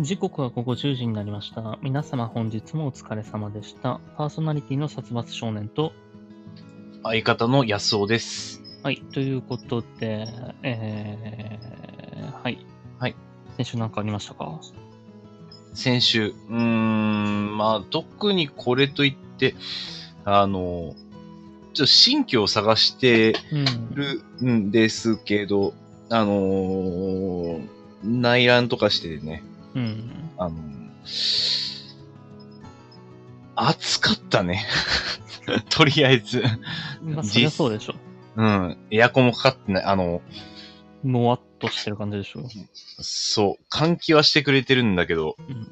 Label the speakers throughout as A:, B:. A: 時刻は午後10時になりました。皆様本日もお疲れ様でした。パーソナリティの殺伐少年と、
B: 相方の安尾です。
A: はい、ということで、えー、はい。
B: はい。
A: 先週なんかありましたか
B: 先週、うーん、まあ、特にこれといって、あの、ちょっと新居を探して
A: うん。
B: るんですけど、あのー内覧とかしてね、
A: うん。
B: あの暑かったね。 とりあえず。
A: まあ、
B: 実
A: そりゃそうでしょ。
B: うん。エアコンもかかってない。あの、
A: もわっとしてる感じでしょ。
B: そう、換気はしてくれてるんだけど、
A: うん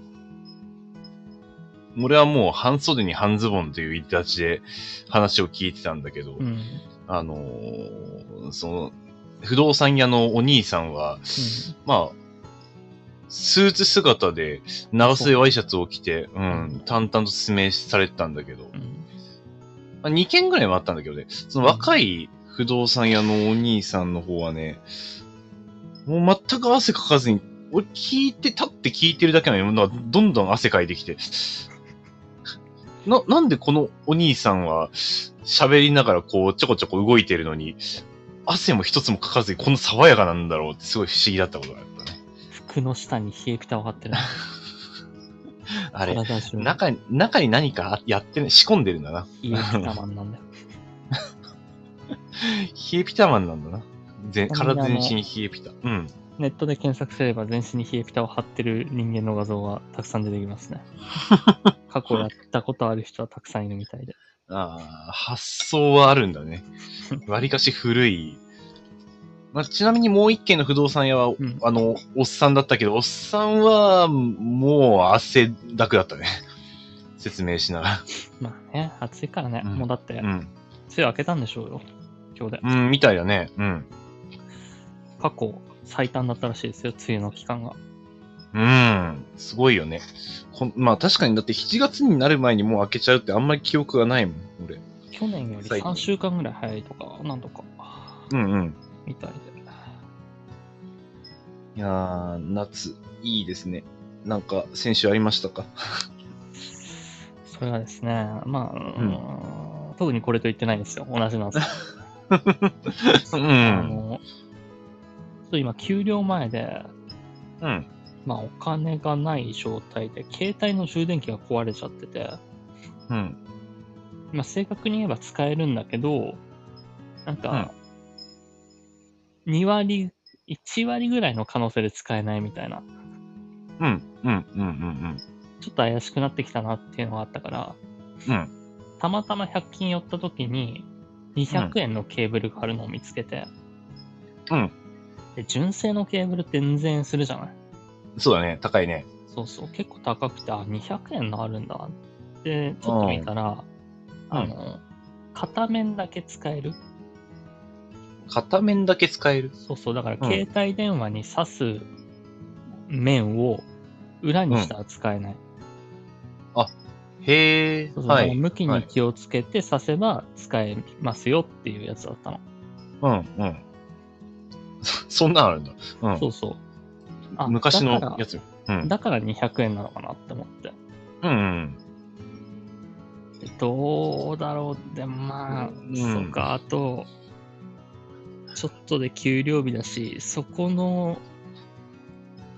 B: 俺はもう半袖に半ズボンという立ちで話を聞いてたんだけど、
A: うん。
B: あのーその、不動産屋のお兄さんは、まあ、スーツ姿で長袖ワイシャツを着て、うん、淡々と説明されてたんだけど、
A: うん。うん
B: まあ、2件ぐらいもあったんだけどね、その若い不動産屋のお兄さんの方はね、もう全く汗かかずに、俺聞いて、立って聞いてるだけなのに、なんかどんどん汗かいてきて、な、なんでこのお兄さんは喋りながらこうちょこちょこ動いてるのに、汗も一つもかかずにこんな爽やかなんだろうってすごい不思議だったことがあったね。
A: 服の下に冷えピタを張ってる。
B: あれ、
A: 体中に冷
B: 中に、中に何かやってね、仕込んでるんだな。
A: えピタマンなんだよ。
B: 冷えピタマンなんだな。全
A: ちなみにあ
B: 体
A: の
B: 全身に冷えピタ。うん。
A: ネットで検索すれば全身に冷えピタを貼ってる人間の画像がたくさん出てきます ね。過去やったことある人はたくさんいるみたいで。
B: ああ、発想はあるんだ ね。わりかし古い。まあ、ちなみにもう一軒の不動産屋は、
A: ん
B: あの、おっさんだったけど、おっさんは、もう汗だくだったね。 説明しなが
A: まあね、暑いからね。
B: うん
A: もうだって、
B: ら。うん。
A: 梅雨明けたんでしょうよ。今日で。
B: うん、みたいだね。うん。
A: 過去最短だったらしいですよ、梅雨の期間が。
B: うん。すごいよね。こんまあ確かに、だって7月になる前にもう開けちゃうってあんまり記憶がないもん、俺。
A: 去年より
B: 最近
A: 3週間ぐらい早いとか、なんとか、
B: うんうん。
A: みたいで。
B: いやー、夏、いいですね。なんか、先週ありましたか
A: それはですね、まあ、うん特にこれと言ってないですよ。同じなんですよ
B: う
A: あ
B: ん。
A: の、ちょっと今、給料前で、
B: うん。
A: まあ、お金がない状態で、携帯の充電器が壊れちゃってて、
B: うん。
A: まあ、正確に言えば使えるんだけど、なんか、2割、1割ぐらいの可能性で使えないみたいな、
B: うん、うん、うん、うん、
A: ちょっと怪しくなってきたなっていうのがあったから、
B: うん。うん。
A: たまたま100均寄った時に、200円のケーブルがあるのを見つけて、
B: うん。
A: で、純正のケーブルって全然するじゃない
B: そうだね、高いね。
A: そうそう、結構高くて、あ、200円のあるんだって、ちょっと見たら、
B: うん
A: あの、片面だけ使える。
B: 片面だけ使える。
A: そうそう、だから
B: うん
A: 携帯電話に挿す面を裏にしたら使えない。
B: へ
A: そ
B: え、
A: うそうだ
B: は
A: から
B: い。
A: 向きに気をつけて挿せば使えますよっていうやつだったの。
B: うん、うん。そ そんなんあるんだ。うん。
A: そうそう。あ
B: 昔
A: だから
B: のやつ。うん。
A: だから200円なのかなって思って。
B: うん、うん。
A: どうだろうでもまあ、
B: うん
A: そうか、あと、ちょっとで給料日だし、そこの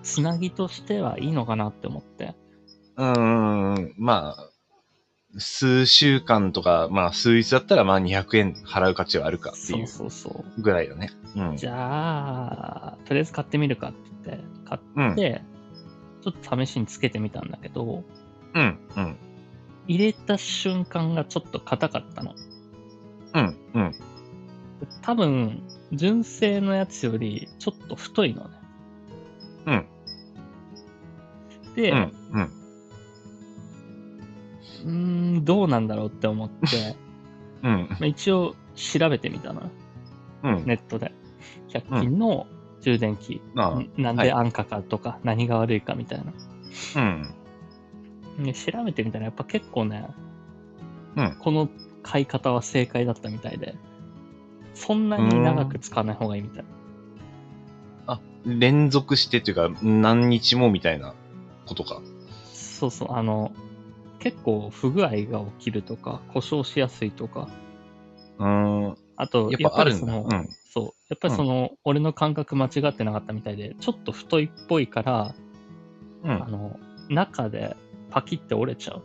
A: つなぎとしてはいいのかなって思って。
B: うんうんうん、まあ、数週間とか、まあ、数日だったら、まあ、200円払う価値はあるかって
A: そ
B: いうう
A: そうそう。
B: ぐらいだね。うん。
A: じゃあ、とりあえず買ってみるかって言って、買
B: うん
A: っ、て、ちょっと試しにつけてみたんだけど、
B: うん、うん、
A: 入れた瞬間がちょっと硬かったの。
B: うん、うん。
A: 多分、純正のやつよりちょっと太いのね。うん。で、
B: うん、うん。
A: うーん、どうなんだろうって思 って、
B: うん、
A: まあ一応調べてみたの、
B: うん。
A: ネットで。100均の充電器、
B: ああ、
A: なん
B: はい
A: で安価かとか、何が悪いかみたいな。
B: うん。
A: で調べてみたら、やっぱ結構ね、
B: うん
A: この買い方は正解だったみたいで、そんなに長く使わない方がいいみたい。
B: 連続してというか、何日もみたいな。ことか。
A: そうそう、あの、結構不具合が起きるとか、故障しやすいとか、
B: うーん。
A: あと、
B: やっぱあるん
A: そ
B: だ。
A: の
B: うん。
A: そう、やっぱりその、俺の感覚間違ってなかったみたいで、ちょっと太いっぽいから、
B: うん。
A: あ
B: あ
A: の、中でパキって折れちゃう。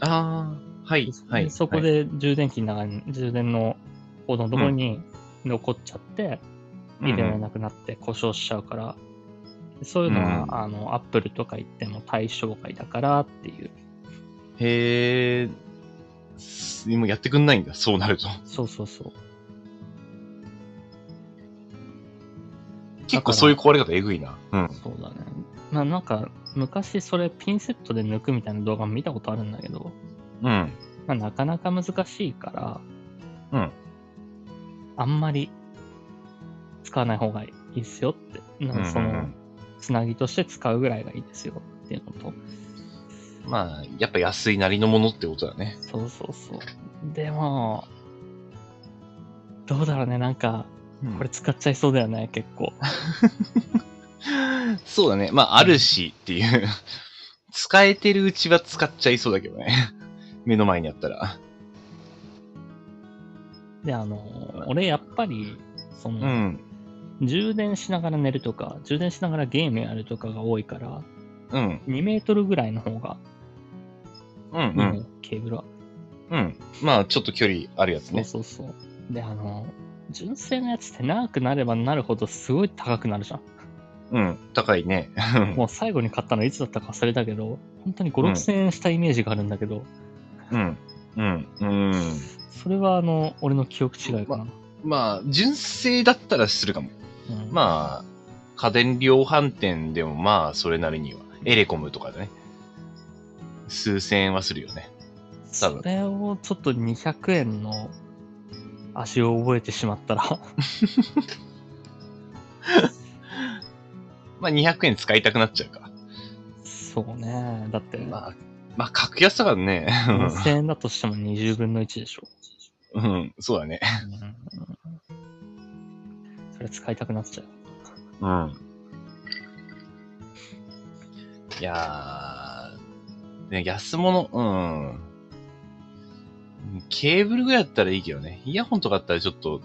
B: あー、はい、はい。
A: そこ
B: はい、
A: で充電器の中に、充電のコードのところに残っちゃって、入れられなくなって故障しちゃうから、そういうのは、
B: うん
A: あの、アップルとか行っても対象外だからっていう。
B: へえ、今やってくんないんだ、そうなると。
A: そうそうそう。
B: 結構そういう壊れ方えぐいな。うん。
A: そうだね。まあなんか、昔それピンセットで抜くみたいな動画も見たことあるんだけど、
B: うん。
A: まあ、なかなか難しいから、
B: うん。
A: あんまり使わない方がいいですよって。なん
B: うんう
A: か
B: んうん
A: その、つなぎとして使うぐらいがいいですよっていうのと。
B: まあ、やっぱ安いなりのものってことだね。
A: そうそうそう。でも、どうだろうね。なんか、これ使っちゃいそうだよね、結構。
B: そうだね。まあ、あるしっていう。 使えてるうちは使っちゃいそうだけどね。 目の前にあったら。
A: で、あの、俺やっぱり、その、
B: うん。
A: 充電しながら寝るとか、充電しながらゲームやるとかが多いから、
B: うん。
A: 2メートルぐらいの方が、
B: うん。う
A: いいの
B: ん。
A: よケーブルは。
B: うん。まあ、ちょっと距離あるやつ
A: そう
B: ね。
A: そうそう。で、あの、純正のやつって長くなればなるほどすごい高くなるじゃん。
B: うん。高いね。
A: もう最後に買ったのいつだったか忘れたけど、本当に
B: う
A: 5、
B: ん
A: 6000円したイメージがあるんだけど、
B: うん。うん。うん。
A: それはあの、俺の記憶違いかな。
B: まあ、純正だったらするかも。
A: うん
B: まあ、家電量販店でもまあ、それなりには。エレコムとかでね。数千円はするよね。多分
A: それをちょっと200円の足を覚えてしまったら、
B: まあ、200円使いたくなっちゃうか。
A: そうね。だって、
B: まあ、まあ、格安だからね。
A: 4000円だとしても20分の1でしょ。
B: うん、そうだね。
A: うんそれ使いたくなっちゃう。
B: うん。いやー、ね、安物、うん。ケーブルぐらいだったらいいけどね。イヤホンとかだったらちょっと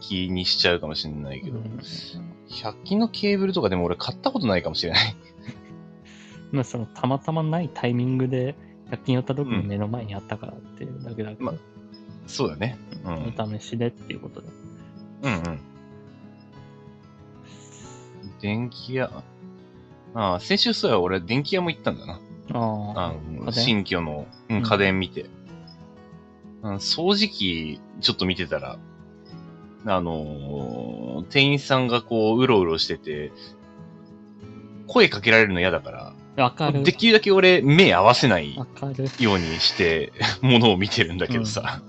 B: 気にしちゃうかもしれないけど。
A: うん
B: 100均のケーブルとかでも俺買ったことないかもしれない。
A: まあ、そのたまたまないタイミングで100均寄った時に目の前にあったからっていうだけだけど、
B: まそうだね。うん。うん
A: お試しでっていうことで。
B: うん。電気屋、ああ、先週そうや、俺電気屋も行ったんだな。
A: ああ
B: あ
A: 家電
B: の新居の、うん
A: うん
B: 家電見て、あの掃除機ちょっと見てたら、あのー店員さんがこう、うろうろしてて、声かけられるの嫌だか、、
A: わからる。
B: できるだけ俺、目合わせない
A: わかる。
B: ようにして、 ものを見てるんだけどさ、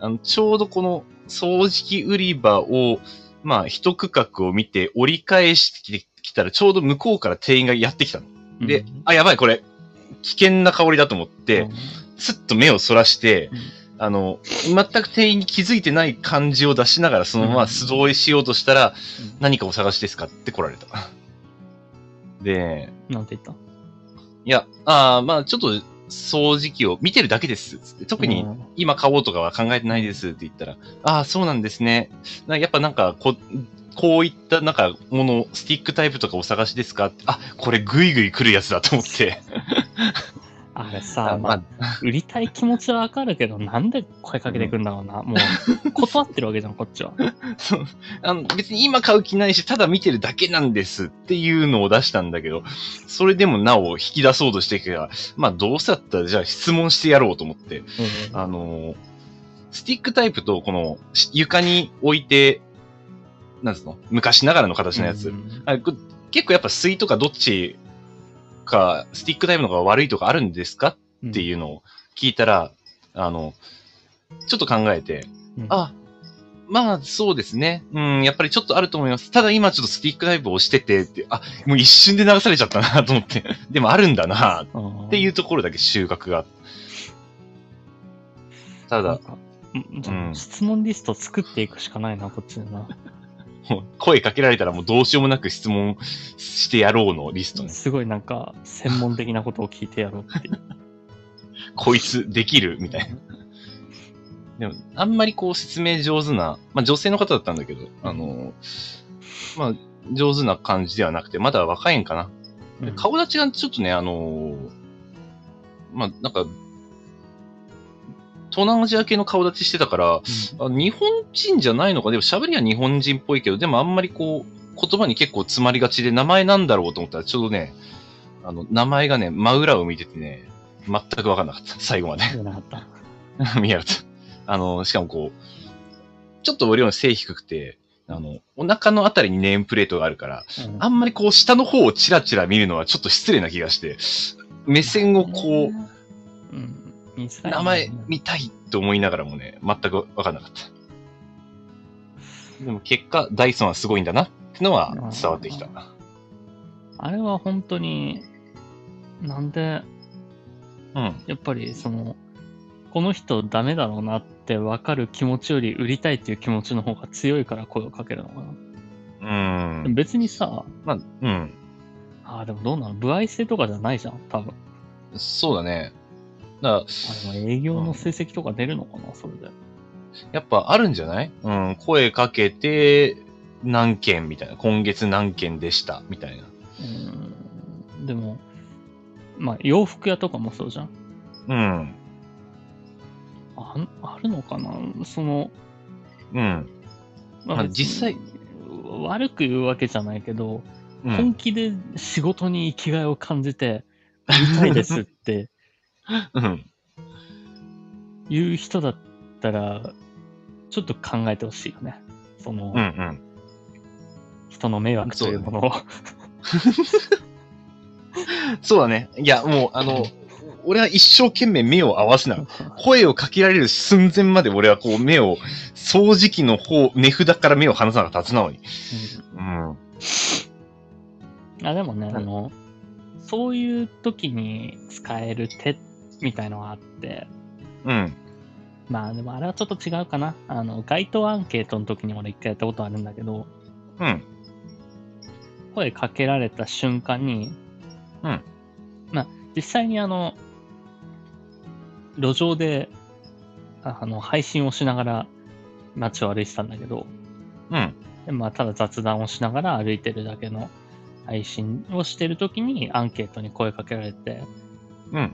B: あのちょうどこの掃除機売り場を、まあ、一区画を見て折り返してきたら、ちょうど向こうから店員がやってきたの。で、
A: うん
B: あ、やばい、これ、危険な香りだと思って、すっと目をそらして、
A: うん
B: あの、全く店員に気づいてない感じを出しながら、そのま
A: う
B: ま
A: ん
B: 素通りしようとしたら、
A: うん
B: 何かお探しですかって来られた。で、
A: なんて言った
B: いや、あーまあちょっと掃除機を見てるだけです。つって特に
A: うん
B: 今買おうとかは考えてないですって言ったら、ああ、そうなんですね。なやっぱなんかこ、こういったなんかもの、スティックタイプとかお探しですかって、あ、これグイグイ来るやつだと思って。
A: あれさ、ま
B: あ
A: あ、売りたい気持ちはわかるけど、なんで声かけてくんだろうな。もう、断ってるわけじゃん、こっちは。
B: そうあの別に今買う気ないし、ただ見てるだけなんですっていうのを出したんだけど、それでもなお引き出そうとしてから、まあどうせだったらじゃあ質問してやろうと思って、
A: うん
B: あのースティックタイプとこのし床に置いて、なんつうの昔ながらの形のやつ。
A: うん
B: あこ結構やっぱ水とかどっちか、スティックタイプの方が悪いとかあるんですかっていうのを聞いたら、あの、ちょっと考えて、
A: うん
B: あ、まあそうですね。うん、やっぱりちょっとあると思います。ただ今ちょっとスティックタイプを押しててって、あ、もう一瞬で流されちゃったなと思って、でもあるんだなっ
A: うん
B: ていうところだけ収穫が。た
A: な
B: だ
A: ん、かうん
B: うん
A: 質問リスト作っていくしかないな、こっちでな。
B: もう声かけられたらもうどうしようもなく質問してやろうのリストね。
A: すごいなんか、専門的なことを聞いてやろうっていう。
B: こいつできるみたいな。でも、あんまりこう説明上手な、まあ女性の方だったんだけど、あの、まあ上手な感じではなくて、まだ若いんかな。で
A: うん
B: 顔立ちがちょっとね、あのーまあ、なんか、東南アジア系の顔立ちしてたから、あ日本人じゃないのか、でも喋りは日本人っぽいけど、でもあんまりこう、言葉に結構詰まりがちで、名前なんだろうと思ったら、ちょうどね、あの、名前がね、真裏を見ててね、全くわかんなかった、 最後まで。
A: うん。なかった。
B: 見やると。あの、しかもこう、ちょっと俺より背低くて、あの、お腹のあたりにネームプレートがあるから、
A: うん
B: あんまりこう下の方をチラチラ見るのはちょっと失礼な気がして、目線をこう、
A: うん。見づらいな
B: 名前見たいと思いながらもね、全くわかんなかった。でも結果、ダイソンはすごいんだなってのは伝わってきた。
A: あれは本当に、なんで、
B: うん。
A: やっぱりその、この人ダメだろうなって分かる気持ちより売りたいっていう気持ちの方が強いから声をかけるのかな。
B: うん
A: でも。別にさ、
B: まあ、うん。
A: ああ、でもどうなの歩合制とかじゃないじゃん、多分。
B: そうだね。だ
A: あ
B: か
A: れは営業の成績とか出るのかな、それで。
B: ら、やっぱあるんじゃないうん。声かけて、何件みたいな。今月何件でしたみたいな。
A: うん。でも、まあ、洋服屋とかもそうじゃん。
B: うん。
A: あんあるのかなその、
B: うん。
A: ま
B: まあ
A: 別に
B: 実際
A: 悪く言うわけじゃないけど、
B: う
A: 本
B: ん。
A: 気で仕事に生きがいを感じて、売りたいです って
B: うん。
A: いう人だったら、ちょっと考えてほしいよね。その、
B: うん。うん。
A: 人の迷惑というものを。
B: そうだね。いや、もう、あの、俺は一生懸命目を合わせながら声をかけられる寸前まで俺はこう目を、掃除機の方、値札から目を離さなかった、素直に。うん。
A: あでもね、
B: うん
A: あの、そういう時に使える手みたいのがあって、
B: うん。
A: まあでもあれはちょっと違うかな。あの、街頭アンケートの時に俺一回やったことあるんだけど、
B: うん。
A: 声かけられた瞬間に、
B: うん。
A: まあ、実際にあの、路上で、ああの、配信をしながら街を歩いてたんだけど、
B: うん。
A: でまあ、ただ雑談をしながら歩いてるだけの配信をしてる時にアンケートに声かけられて、
B: うん。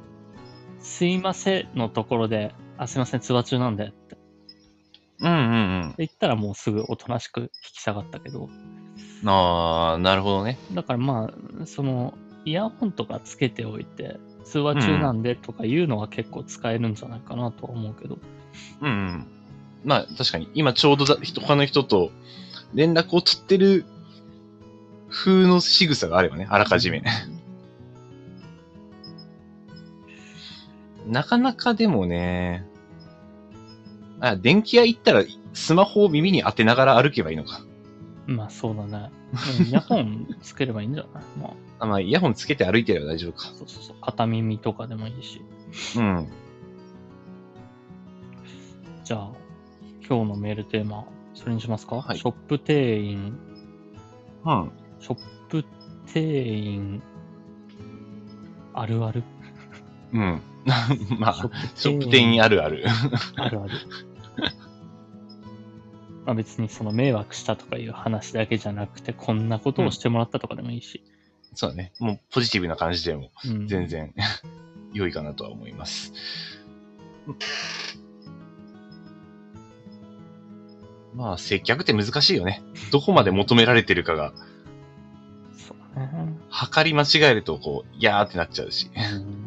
A: すいませんのところで、あ、すいません、通話中なんでって
B: うん。うん。
A: 言ったらもうすぐおとなしく引き下がったけど、
B: うん。ああ、なるほどね。
A: だからまあ、その、イヤホンとかつけておいて、通話中なんでとかいうのは結構使えるんじゃないかなとは思うけど、
B: うん、うん。まあ、確かに、今ちょうどだ人他の人と連絡を取ってる風の仕草があればね、あらかじめ。なかなかでもね、あ、電気屋行ったらスマホを耳に当てながら歩けばいいのか。
A: まあそうだね。うんイヤホンつければいいんじゃない まあ、
B: あまあ、イヤホンつけて歩いてれば大丈夫か。
A: そうそうそう、片耳とかでもいいし。
B: うん。
A: じゃあ、今日のメールテーマ、それにしますか、
B: はい
A: ショップ店員、
B: うん。
A: ショップ店員、あるある
B: うん。 まあ、ショップ
A: 員
B: 店員ある ある。
A: あるある。まあ別にその迷惑したとかいう話だけじゃなくて、こんなことをしてもらったとかでもいいし。
B: そうだね。もうポジティブな感じでも
A: うん
B: 全。然 良いかなとは思います。まあ、接客って難しいよね。どこまで求められてるかが、
A: そうね。
B: 測り間違えると、こう、いやーってなっちゃうし。
A: うん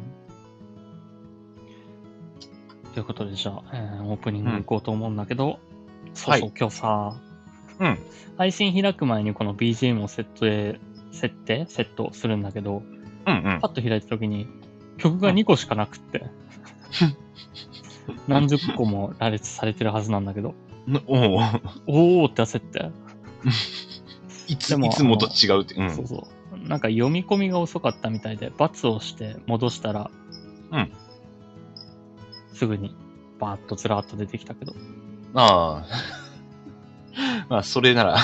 A: ということで、じゃあ、えーオープニング行こうと思うんだけど、そうそう、今日さ、
B: うん。
A: 配信開く前にこの BGM をセットへ、設定セットするんだけど、
B: うんうん
A: パ。ッと開いた時に曲が2個しかなくって、何十個も羅列されてるはずなんだけど、
B: おう
A: おーって焦って、
B: いつ、
A: でも
B: いつもと違うって。うん。
A: そうそう。なんか読み込みが遅かったみたいで、罰をして戻したら、
B: うん
A: すぐにバーッとずらーっと出てきたけど、
B: ああ。まあ、それなら、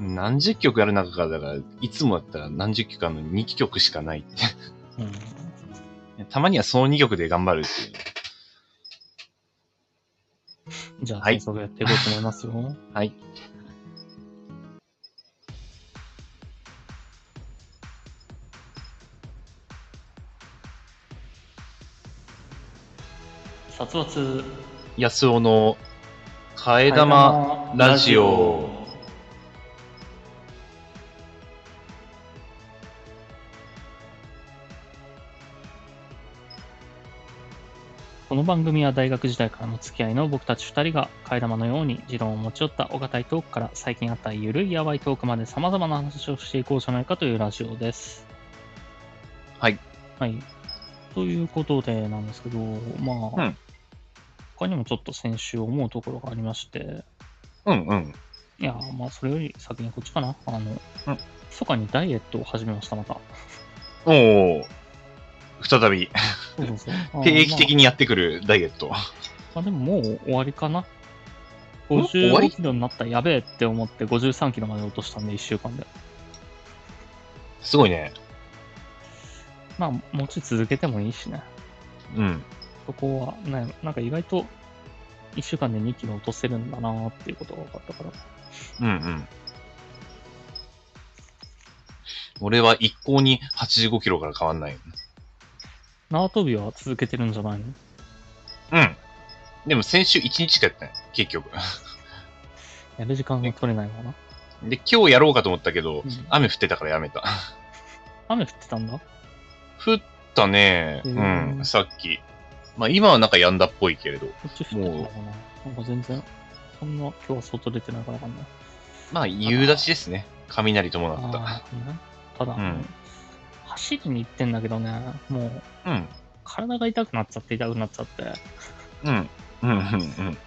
B: 何十曲ある中から、だから、いつもだったら何十曲あるのに2曲しかないって。
A: うん。
B: たまにはその2曲で頑張るっていう。
A: じゃあ、
B: はい
A: 早速やっていこうと思いますよ。
B: はい。
A: 殺伐、
B: 安尾の替え玉ラジオ。
A: この番組は大学時代からの付き合いの僕たち2人が替え玉のように持論を持ち寄ったお堅いトークから最近あったゆるいやばいトークまで様々な話をしていこうじゃないかというラジオです。
B: はい。
A: はい。ということでなんですけど、まあ、
B: うん
A: 他にもちょっと先週思うところがありまして、
B: うんうん。
A: いやー、まあ、それより先にこっちかな。あの、
B: うん
A: 密かにダイエットを始めました、また。
B: おお。再 び、
A: そうそうそう。あー
B: 定期的
A: ま
B: にやってくるダイエット。
A: あ、まあでももう終わりかな。
B: もう終わり
A: 55キロになったやべえって思って53キロまで落としたんで、1週間で。
B: すごいね。
A: まあ、もうちょい続けてもいいしね。
B: うん。
A: そこは、ね、なんか意外と1週間で2キロ落とせるんだなーっていうことが分かったから。
B: うんうん。俺は一向に85キロから変わんない。
A: 縄跳びは続けてるんじゃないの
B: うん。でも先週1日しかやってない。結局。
A: やる時間が取れないのかな。
B: で、今日やろうかと思ったけど
A: うん、
B: 雨降ってたからやめた。
A: 雨降ってたんだ
B: 降ったね。
A: へ
B: う
A: ー
B: ん、さっき。まあ今はなんかやんだっぽいけれど。
A: こっち降ってたのかななんか全然、そんな今日は外出てないからわかんない。
B: まあ夕立ちですね。雷伴
A: あ
B: っ
A: ーねただ、
B: うん
A: 走りに行ってんだけどね、もう
B: た。うん。
A: 体が痛くなっちゃって痛くなっちゃって、
B: うん。うん、うん、うん。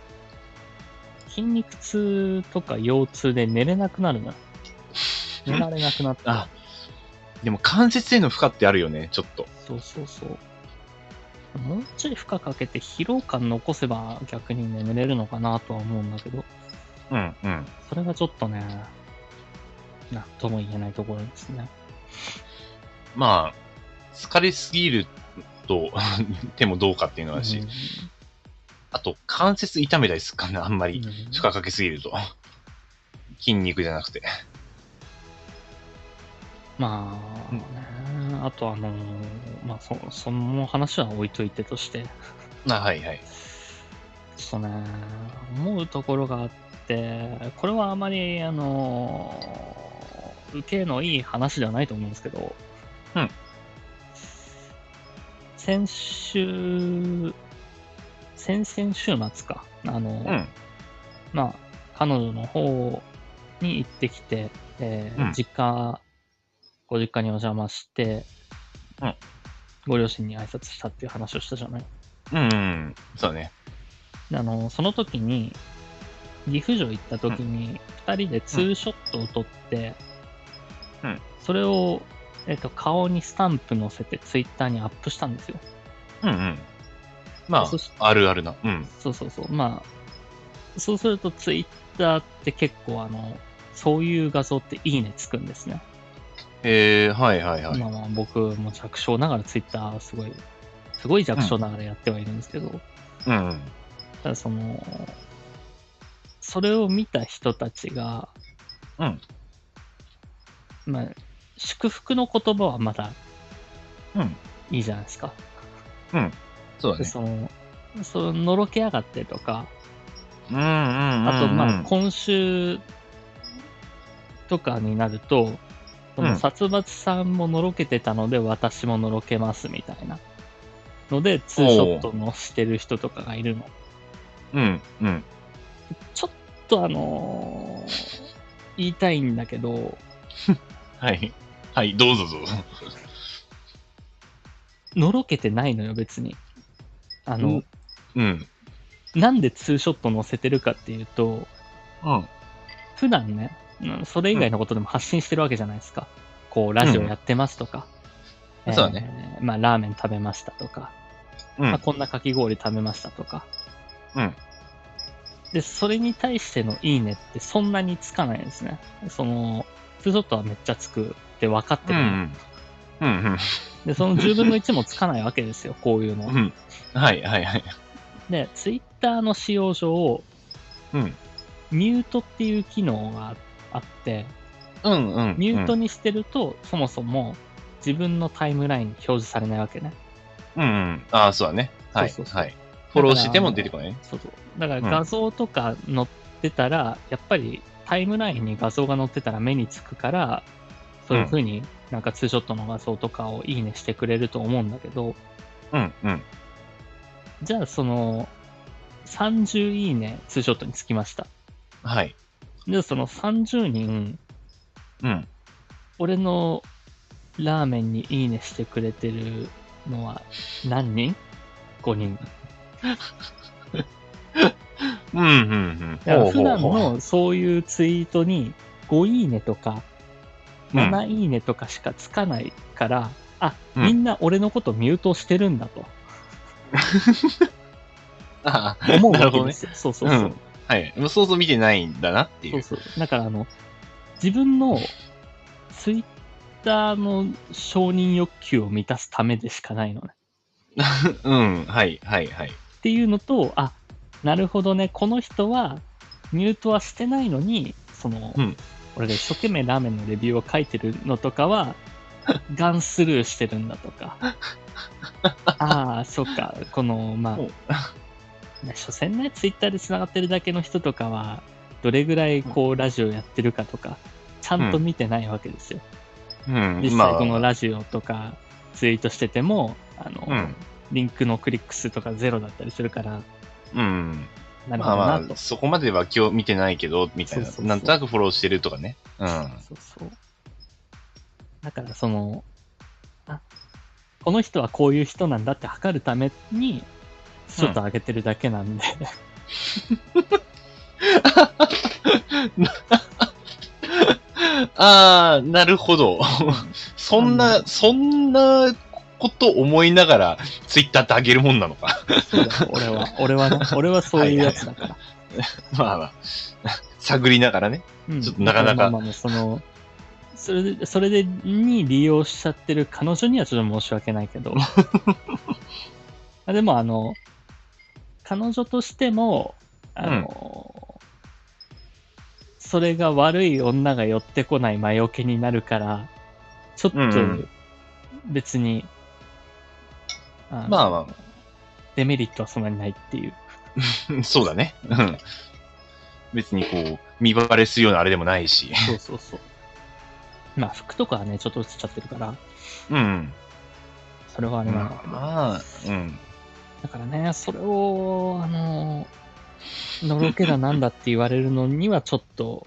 A: 筋肉痛とか腰痛で寝れなくな るのよ。寝られなくなって。
B: あ、でも関節への負荷ってあるよね、ちょっと。
A: そうそうそう。もうちょい負荷かけて疲労感残せば逆に眠れるのかなとは思うんだけど、
B: うん、うん。
A: それがちょっとね、なんとも言えないところですね。
B: まあ、疲れすぎると、でもどうかっていうのはあるし、
A: うん
B: あと関節痛めたりするかな、あんまり。
A: うん
B: 負荷かけすぎると。筋肉じゃなくて。
A: まあ、ねあとあのーまあそ、その話は置いといてとして、
B: あ、はいはい。
A: ちょっとね、思うところがあって、これはあまり、あのー受けのいい話ではないと思うんですけど、
B: うん
A: 先週、先々週末か、あの
B: う
A: ー
B: ん。
A: まあ、彼女の方に行ってきて、えー
B: うん
A: 実家、ご実家にお邪魔して、
B: うん
A: ご両親に挨拶したっていう話をしたじゃない。
B: うん、うん。そうだね。
A: であのその時に、岐阜城行った時に、2人でツーショットを撮って、
B: うん
A: それを、えっと顔にスタンプ載せて、ツイッターにアップしたんですよ。
B: うんうん。ま
A: そし
B: あ、あるあるな。うん。
A: そうそうそう。まあ、そうするとツイッターって結構あの、そういう画像っていいねつくんですね。
B: えー、はいはいはい。
A: まあまあ僕も弱小ながらツイッターすごい、すごい弱小ながらやってはいるんですけど、
B: うんうん。
A: ただその、それを見た人たちが、
B: うん
A: まあ、祝福の言葉はまだ
B: うん。
A: いいじゃないですか。
B: そうだ
A: で
B: ね。
A: その、その、のろけやがってとか、
B: うんうんうんうん。
A: あと、まあ、今週とかになると、そうの
B: ん
A: 殺伐さんものろけてたので、私ものろけますみたいな。ので、ツーショットのしてる人とかがいるの。
B: うんうん。
A: ちょっとあのー言いたいんだけど、
B: はい。はい、どうぞどうぞ。
A: のろけてないのよ、別に。あの、
B: うん。
A: なんでツーショット載せてるかっていうと、
B: うん。
A: 普段ね、うんそれ以外のことでも発信してるわけじゃないですか。こう、ラジオやってますとか。
B: うんそうだ
A: ね。まあ、ラーメン食べましたとか、
B: うん
A: まあ、こんなかき氷食べましたとか。
B: うん
A: で、それに対してのいいねってそんなにつかないんですね。その、ツーショットはめっちゃつくって分かって
B: う
A: るの、
B: んうん。うんうん。
A: で、その10分の1もつかないわけですよ、こういうの。
B: うん。はいはいはい。
A: で、ツイッターの使用上、
B: うん。
A: ミュートっていう機能があって、
B: うんうん。
A: ミュートにしてると、そもそも自分のタイムラインに表示されないわけね。
B: うんうん。ああ、そうだね。はい。
A: そうそうそう
B: はい。フォローしても出てこないね。
A: そうそう。だから
B: うん
A: 画像とか載ってたら、やっぱりタイムラインに画像が載ってたら目につくから、そういうふうになんかツーショットの画像とかをいいねしてくれると思うんだけど、
B: うんうん。
A: じゃあその30いいねツーショットにつきました。
B: はい。
A: で、その30人、
B: うん。
A: 俺のラーメンにいいねしてくれてるのは何人 ?5 人。
B: うんうん
A: だか
B: う
A: ら
B: ん。
A: 普段
B: ほうほうほう
A: のそういうツイートに5いいねとか
B: うん
A: 7いいねとかしかつかないから、あ、
B: うん
A: みんな俺のことミュートしてるんだと
B: ああ
A: 思う
B: なる
A: わ
B: ほ
A: け
B: ど
A: で
B: ね。
A: すよ。そうそうそう。
B: うんはい。もう想像見てないんだなってい
A: そう
B: う。
A: そう。だからあの、自分のツイッターの承認欲求を満たすためでしかないのね。
B: うん。はいはいはい。
A: っていうのと、あ、なるほどね、この人はミュートはしてないのに、その、
B: うん
A: 俺が一生懸命ラーメンのレビューを書いてるのとか は、ガンスルーしてるんだとか。ああ、そっか、この、まあ
B: うん、
A: ね所詮ね、ツイッターで繋がってるだけの人とかは、どれぐらいこう、ラジオやってるかとか、ちゃんと見てないわけですよ。
B: うん。
A: 実
B: ま
A: 際
B: あ
A: このラジオとか、ツイートしてても、あの、
B: うん
A: リンクのクリック数とかゼロだったりするから、
B: うん。
A: なるほ
B: まあ
A: どなと。
B: まあ、そこまでは今日見てないけど、みたいな
A: そうそう。そう
B: なんとなくフォローしてるとかね。うん。
A: そうそう。だからその、あ、この人はこういう人なんだって測るために、ちょっと上げてるだけなんで、
B: ああ、なるほど。 そんな、そんなこと思いながら、ツイッターってあげるもんなのか。
A: そうだよ俺は、俺はね、俺はそういうやつだから。
B: まあまあ、 探りながらね。
A: うん
B: ちょっとなかなか
A: まあまあまあその、それで、それで、に利用しちゃってる彼女にはちょっと申し訳ないけ ど。あでも、あの、彼女としても、あの、それが悪い女が寄ってこない魔除けになるから、ちょっと
B: うんうん
A: 別に、の
B: まあま
A: デメリットはそんなにないって いう。
B: あ、そうだね。うん。別にこう、見バレするようなあれでもないし。
A: そうそうそう。まあ、服とかはね、ちょっと映っちゃってるから、
B: うん。
A: それはあれなんだ
B: ま
A: けど。
B: あまあ、うん。
A: だからね、それを、あのー、のろけだなんだって言われるのにはちょっと、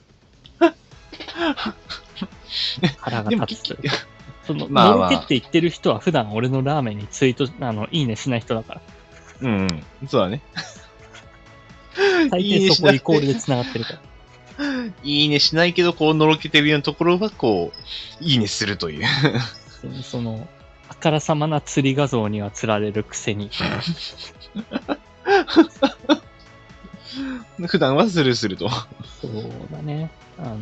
A: 腹が
B: でも
A: 立つ
B: 結
A: という
B: 局
A: か。、その、
B: まあま
A: のろ
B: あ
A: けって言ってる人は普段俺のラーメンにツイート、あの、いいねしない人だから。
B: うん、うん。そうだね。
A: 大
B: いいね
A: 抵
B: し
A: そ
B: な
A: こ
B: い
A: イコールで繋がってるから。
B: いいねしないけど、こう、のろけてるようなところは、こう、いいねするという。
A: そのその、あからさまな釣り画像には釣られるくせに。
B: 普段はスルーすると。
A: そうだね。あの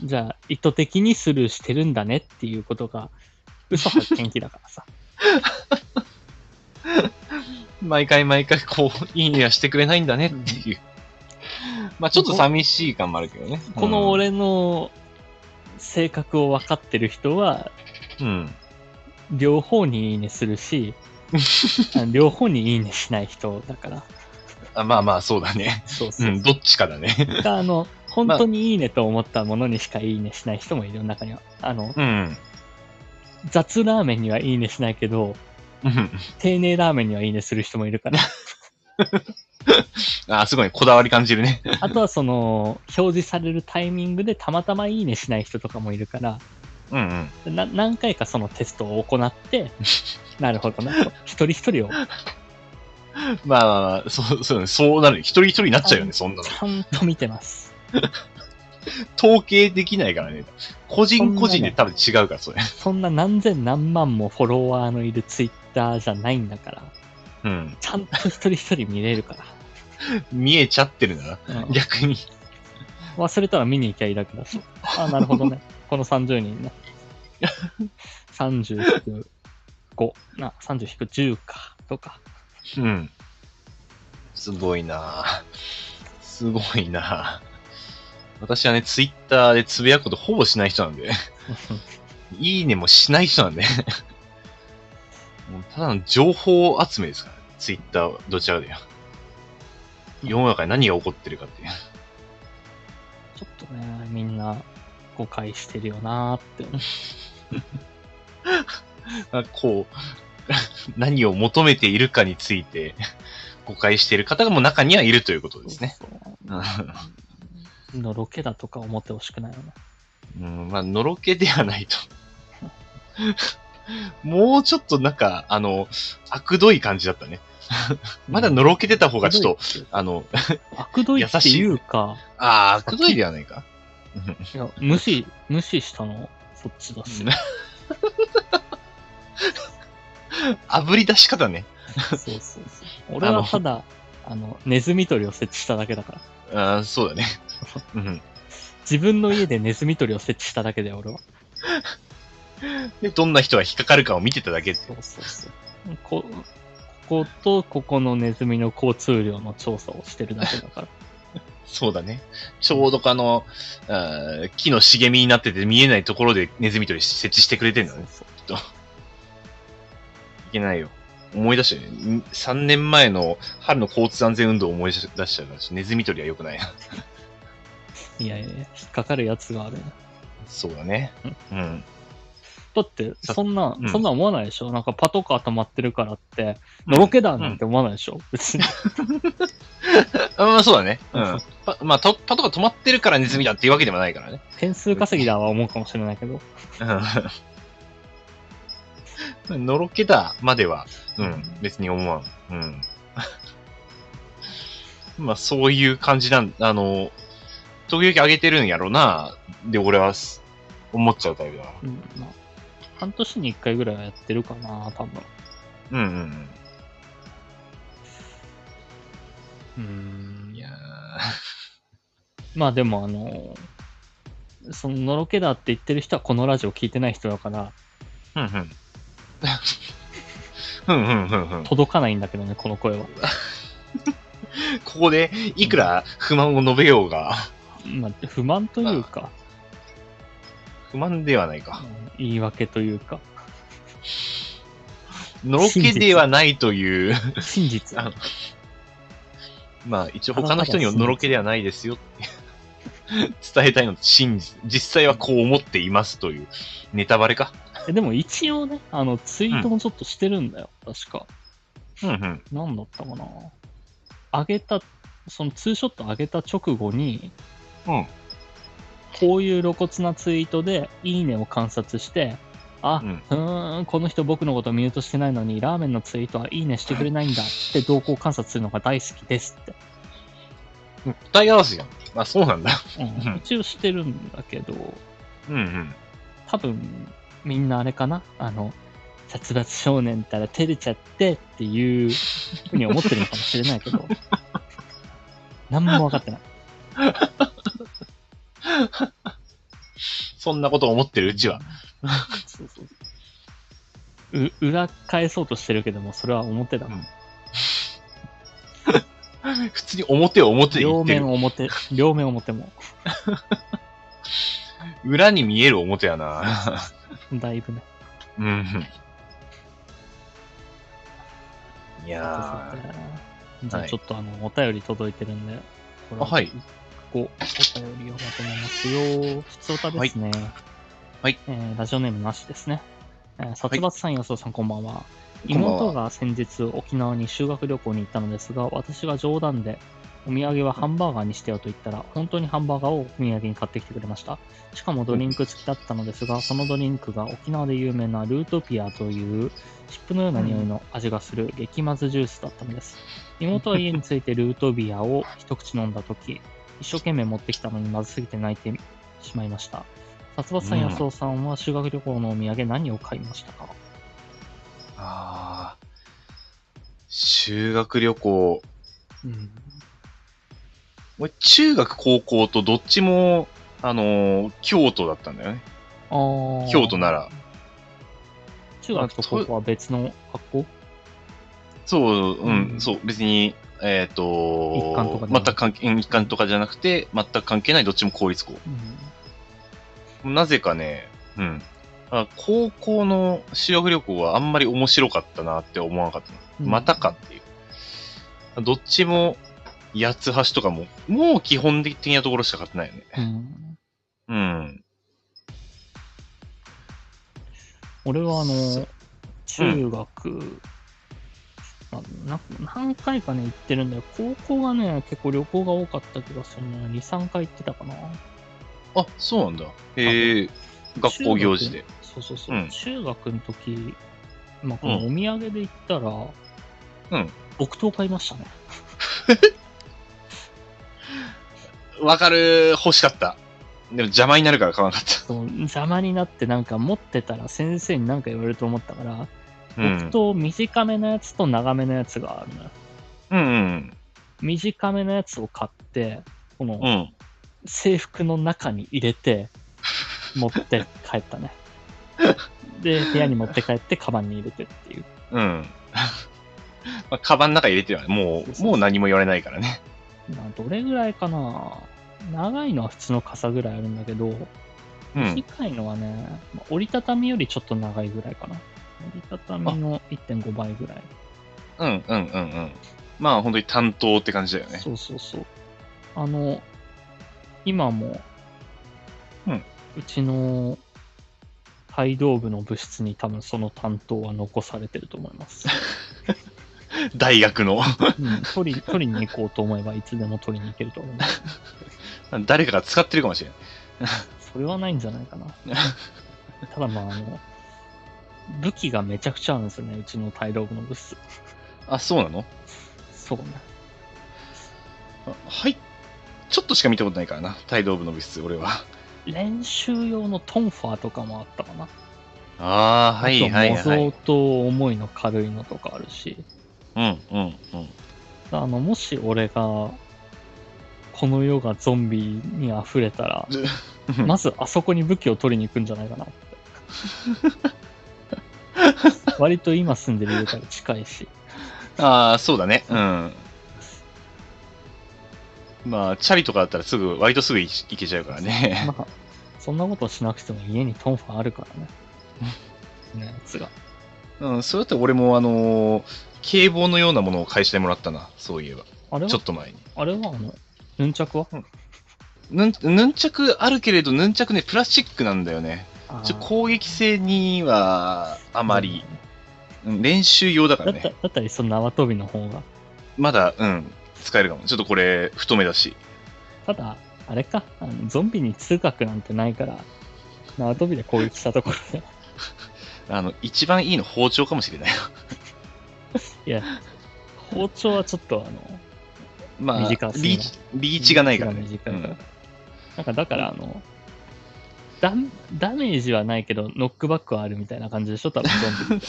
A: ー、じゃあ、意図的にスルーしてるんだねっていうことが、嘘発見器だからさ。
B: 毎回毎回、こう、いいねはしてくれないんだねっていう。まあ、ちょっと寂しい感もあるけどね。
A: この、俺の性格を分かってる人は、
B: うん。
A: 両方にいいねする し、あの両方にいいねしない人だから。
B: あまあまあ、そうだね。
A: そうそうう。
B: ん、どっちかだね。
A: あの、本当にいいねと思ったものにしかいいねしない人もいる中には。あの、
B: うん。
A: 雑ラーメンにはいいねしないけど、
B: うん
A: 丁寧ラーメンにはいいねする人もいる から。
B: あ、すごい、こだわり感じるね。
A: あとはその、表示されるタイミングでたまたまいいねしない人とかもいるから、
B: うんうん。
A: な何回かそのテストを行 って、なるほどね。一人一人を
B: まあまあまあ、そう、そうだね、そうなる。一人一人になっちゃうよね、そんなの
A: ち。ゃんと見てます。
B: 統計できないからね。個人個人で多分違うから、それ。
A: そんな何千何万もフォロワーのいるツイッターじゃないんだから、
B: うん。
A: ちゃんと一人一人見れるから。
B: 見えちゃってるなら、
A: うん
B: 逆に。
A: 忘れたら見に行きゃいいだけだし。あ、なるほどね。この30人ね。30引く5。な、30引く10か。とか。
B: うん。すごいなぁすごいなぁ私はね、ツイッターでつぶやくことほぼしない人なんで、いいねもしない人なんで、もうただの情報集めですから、ツイッターはどちらかで。世の中に何が起こってるかっていう。
A: ちょっとね、みんな誤解してるよなーって。
B: あこう、何を求めているかについて誤解している方も中にはいるということですね。
A: そうそう。
B: うん
A: のろけだとか思ってほしくないよね。
B: うん、まあ、のろけではないと。 もうちょっとなんか、あの、悪どい感じだったね。まだのろけてた方がちょっと、あの、
A: 悪どいっていうか、
B: あー、悪どいではないか。
A: いや無視、無視したの、そっちだし。
B: 炙り出し方ね。
A: そうそうそう。俺はただ、あの、ネズミ捕りを設置しただけだから。
B: あーそうだね。うん。
A: 自分の家でネズミ捕りを設置しただけだよ、俺は。
B: で、どんな人が引っかかるかを見てただけって。
A: そうそうそう。こ、こことここのネズミの交通量の調査をしてるだけだ から。
B: そうだね。ちょうどかあの、あー木の茂みになってて見えないところでネズミ捕り設置してくれてるんだね。
A: そうそう
B: いけないよ。思い出したよね。3年前の春の交通安全運動を思い出し出しちゃうから、ネズミ捕りは良くない な。
A: いやいやいや、引っかかるやつがあるね。
B: そうだね。うん。
A: だって、
B: さ
A: そんな、
B: うん
A: そんな思わないでしょなんかパトカー止まってるからって、のろけだなん
B: ん
A: て思わないでしょ、別に。
B: あまあそうだね。う。
A: そうん
B: パまあ、とパトカー止まってるからネズミだっていうわけでもないからね。
A: 点数稼ぎだは思うかもしれないけど。
B: うん。 のろけだまでは、うん、別に思わん。うん。 まあ、そういう感じなん、あの、時々上げてるんやろうな、で、俺はす思っちゃうタイプだな。
A: うん、まあ、半年に一回ぐらいはやってるかな、多分。
B: うんうん
A: う
B: うんん。いや
A: まあでもあのそののろけだって言ってる人はこのラジオ聞いてない人だから
B: ー。 うんうん。うんうんうんうん。
A: 届かないんだけどねこの声は、
B: ここで、いくら不満を述べようが、
A: まあ、不満というか、
B: 不満ではないか。
A: うん言い訳というか
B: のろけではないという、
A: 真実
B: あまあ一応他の人にはのろけではないです よって伝えたいのと真実、実際はこう思っていますというネタバレか。
A: えでも一応ねあのツイートもちょっとしてるんだよ、確か
B: うんうん。
A: 何だったかな上げたそのツーショット上げた直後に
B: うん。
A: こういう露骨なツイートで「いいね」を観察してあ、
B: うん
A: うーん、この人僕のことミュートしてないのに、ラーメンのツイートはいいねしてくれないんだって動向観察するのが大好きですって。
B: 答え合わせじゃん。まあそうなんだ。
A: う
B: うん
A: ん、一応してるんだけど、
B: うんうん。
A: 多分みんなあれかなあの、殺伐少年ったら照れちゃってっていうふうに思ってるのかもしれないけ ど、何も分かってない。
B: そんなことを思ってるうちは。
A: そうそう う裏返そうとしてるけども、それは表だ。
B: 普通に表を表で言
A: 両
B: ってる
A: 面。表、両面表も。
B: 裏に見える表やな。
A: だいぶね。
B: うんうん。いやー。
A: じゃあちょっとあの、お便り届いてるんで、これ
B: あはい。
A: こうお便りをまとめますよ。普通歌ですね。
B: はい
A: えーラジオネームなしですね。えー、殺伐さん、安田さん、こんばんは。
B: こんばんは
A: 妹が先日沖縄に修学旅行に行ったのですが、私が冗談で、お土産はハンバーガーにしてよと言ったら、本当にハンバーガーをお土産に買ってきてくれました。しかもドリンク付きだったのですが、そのドリンクが沖縄で有名なルートピアという、湿布のような匂いの味がする激まずジュースだったのです。妹は家に着いてルートビアを一口飲んだとき、一生懸命持ってきたのにまずすぎて泣いてしまいました。殺伐さん、
B: うん
A: 安尾さんは修学旅行のお土産何を買いましたか
B: ああ。修学旅行、
A: うん。
B: 俺中学、高校とどっちも、あのー京都だったんだよね。
A: あー
B: 京都、奈良。
A: 中学と高校は別の学校
B: そう、う
A: うん
B: ん、そう、別に、えっ、
A: 一貫とか
B: と
A: じゃな
B: 全
A: い
B: く関係、一貫とかじゃなくて、全く関係ない、どっちも公立校。なぜかね、うん。あ高校の修学旅行はあんまり面白かったなって思わなかったな。
A: うん
B: またかっていう。どっちも、八つ橋とかも、もう基本的なところしか買ってないよね。
A: うん
B: うん。
A: 俺はあの、中学、まあな何回かね、行ってるんだよ。高校はね、結構旅行が多かった気がするね。2、3回行ってたかな。
B: あ、そうなんだ。へえ、学校行事で。
A: そうそうそう。
B: うん
A: 中学の時、まあ、このお土産で言ったら、
B: うん
A: 木刀買いましたね。
B: わかる、欲しかった。でも邪魔になるから買わなかっ
A: その邪魔になってなんか持ってたら先生に何か言われると思ったから、
B: た。うん。
A: 木刀短めのやつと長めのやつがあるのよ。
B: うんうん。
A: 短めのやつを買って、この、
B: うん。
A: 制服の中に入れ て、持って帰ったね。で、部屋に持って帰って、カバンに入れてっていう。
B: うん。 まあ、カバンの中に入れてるわね。もう、もう何も言われないからね。
A: などれぐらいかな長いのは普通の傘ぐらいあるんだけど、
B: うん。
A: 短いのはね、まあ折りたたみよりちょっと長いぐらいかな。折りたたみの1.5倍ぐらい。
B: うんうんうんうん。まあ、本当に担当って感じだよね。
A: そうそうそう。あの、今も、
B: うん
A: ちの帯同部の部室に多分その担当は残されてると思い ます。
B: 大学
A: う
B: の。
A: ん、取り取りに行こうと思えばいつでも取りに行けると思う。
B: 誰かが使ってるかもしれない。
A: それはないんじゃないか な。ただまあ、あの、武器がめちゃくちゃあるんですよね、うちの帯同部の物質。
B: あ、そうなの
A: そうね。
B: あはい。ちょっとしか見たことないからな。帯同部の部室、俺は。
A: 練習用のトンファーとかもあったかな。
B: ああ、はいはい
A: あと
B: は
A: 模造
B: い。
A: と重いの軽いのとかあるし、
B: うんうんうん。
A: あの、もし俺が、この世がゾンビに溢れたら、まずあそこに武器を取りに行くんじゃないか なって。割と今住んでる家から近いし。
B: ああ、そうだね。うん。まあ、チャリとかだったらすぐ、割とすぐ行行けちゃうからね。
A: まあ、そんなことしなくても家にトンファーあるからね。のやつが。
B: うん、そうやって俺もあのー警棒のようなものを返してもらったな、そういえば。
A: あれは
B: ちょっと前に。
A: あれはあの、ヌンチャクは
B: ぬん、ヌンチャクあるけれど、ヌンチャクね、プラスチックなんだよね。
A: あ
B: ちょ攻撃性には、あ
A: あ
B: まり、。うん練習用だか
A: だ
B: ら
A: った
B: ね。
A: だったり、その縄跳びの方が。
B: まだ、うん、使えるかも。ちょっとこれ、太めだし。
A: ただ、あれか、あのゾンビに通学なんてないから、縄跳びで攻撃したところで。
B: あの、一番いいの包丁かもしれない。
A: いや、包丁はちょっとあの、
B: まあ、リ
A: 短すぎない
B: ーチ、リーチがないからね。
A: リーチが短いから
B: うん
A: なんかだから、あの、ダメダメージはないけど、ノックバックはあるみたいな感じでしょ、多分ゾンビ。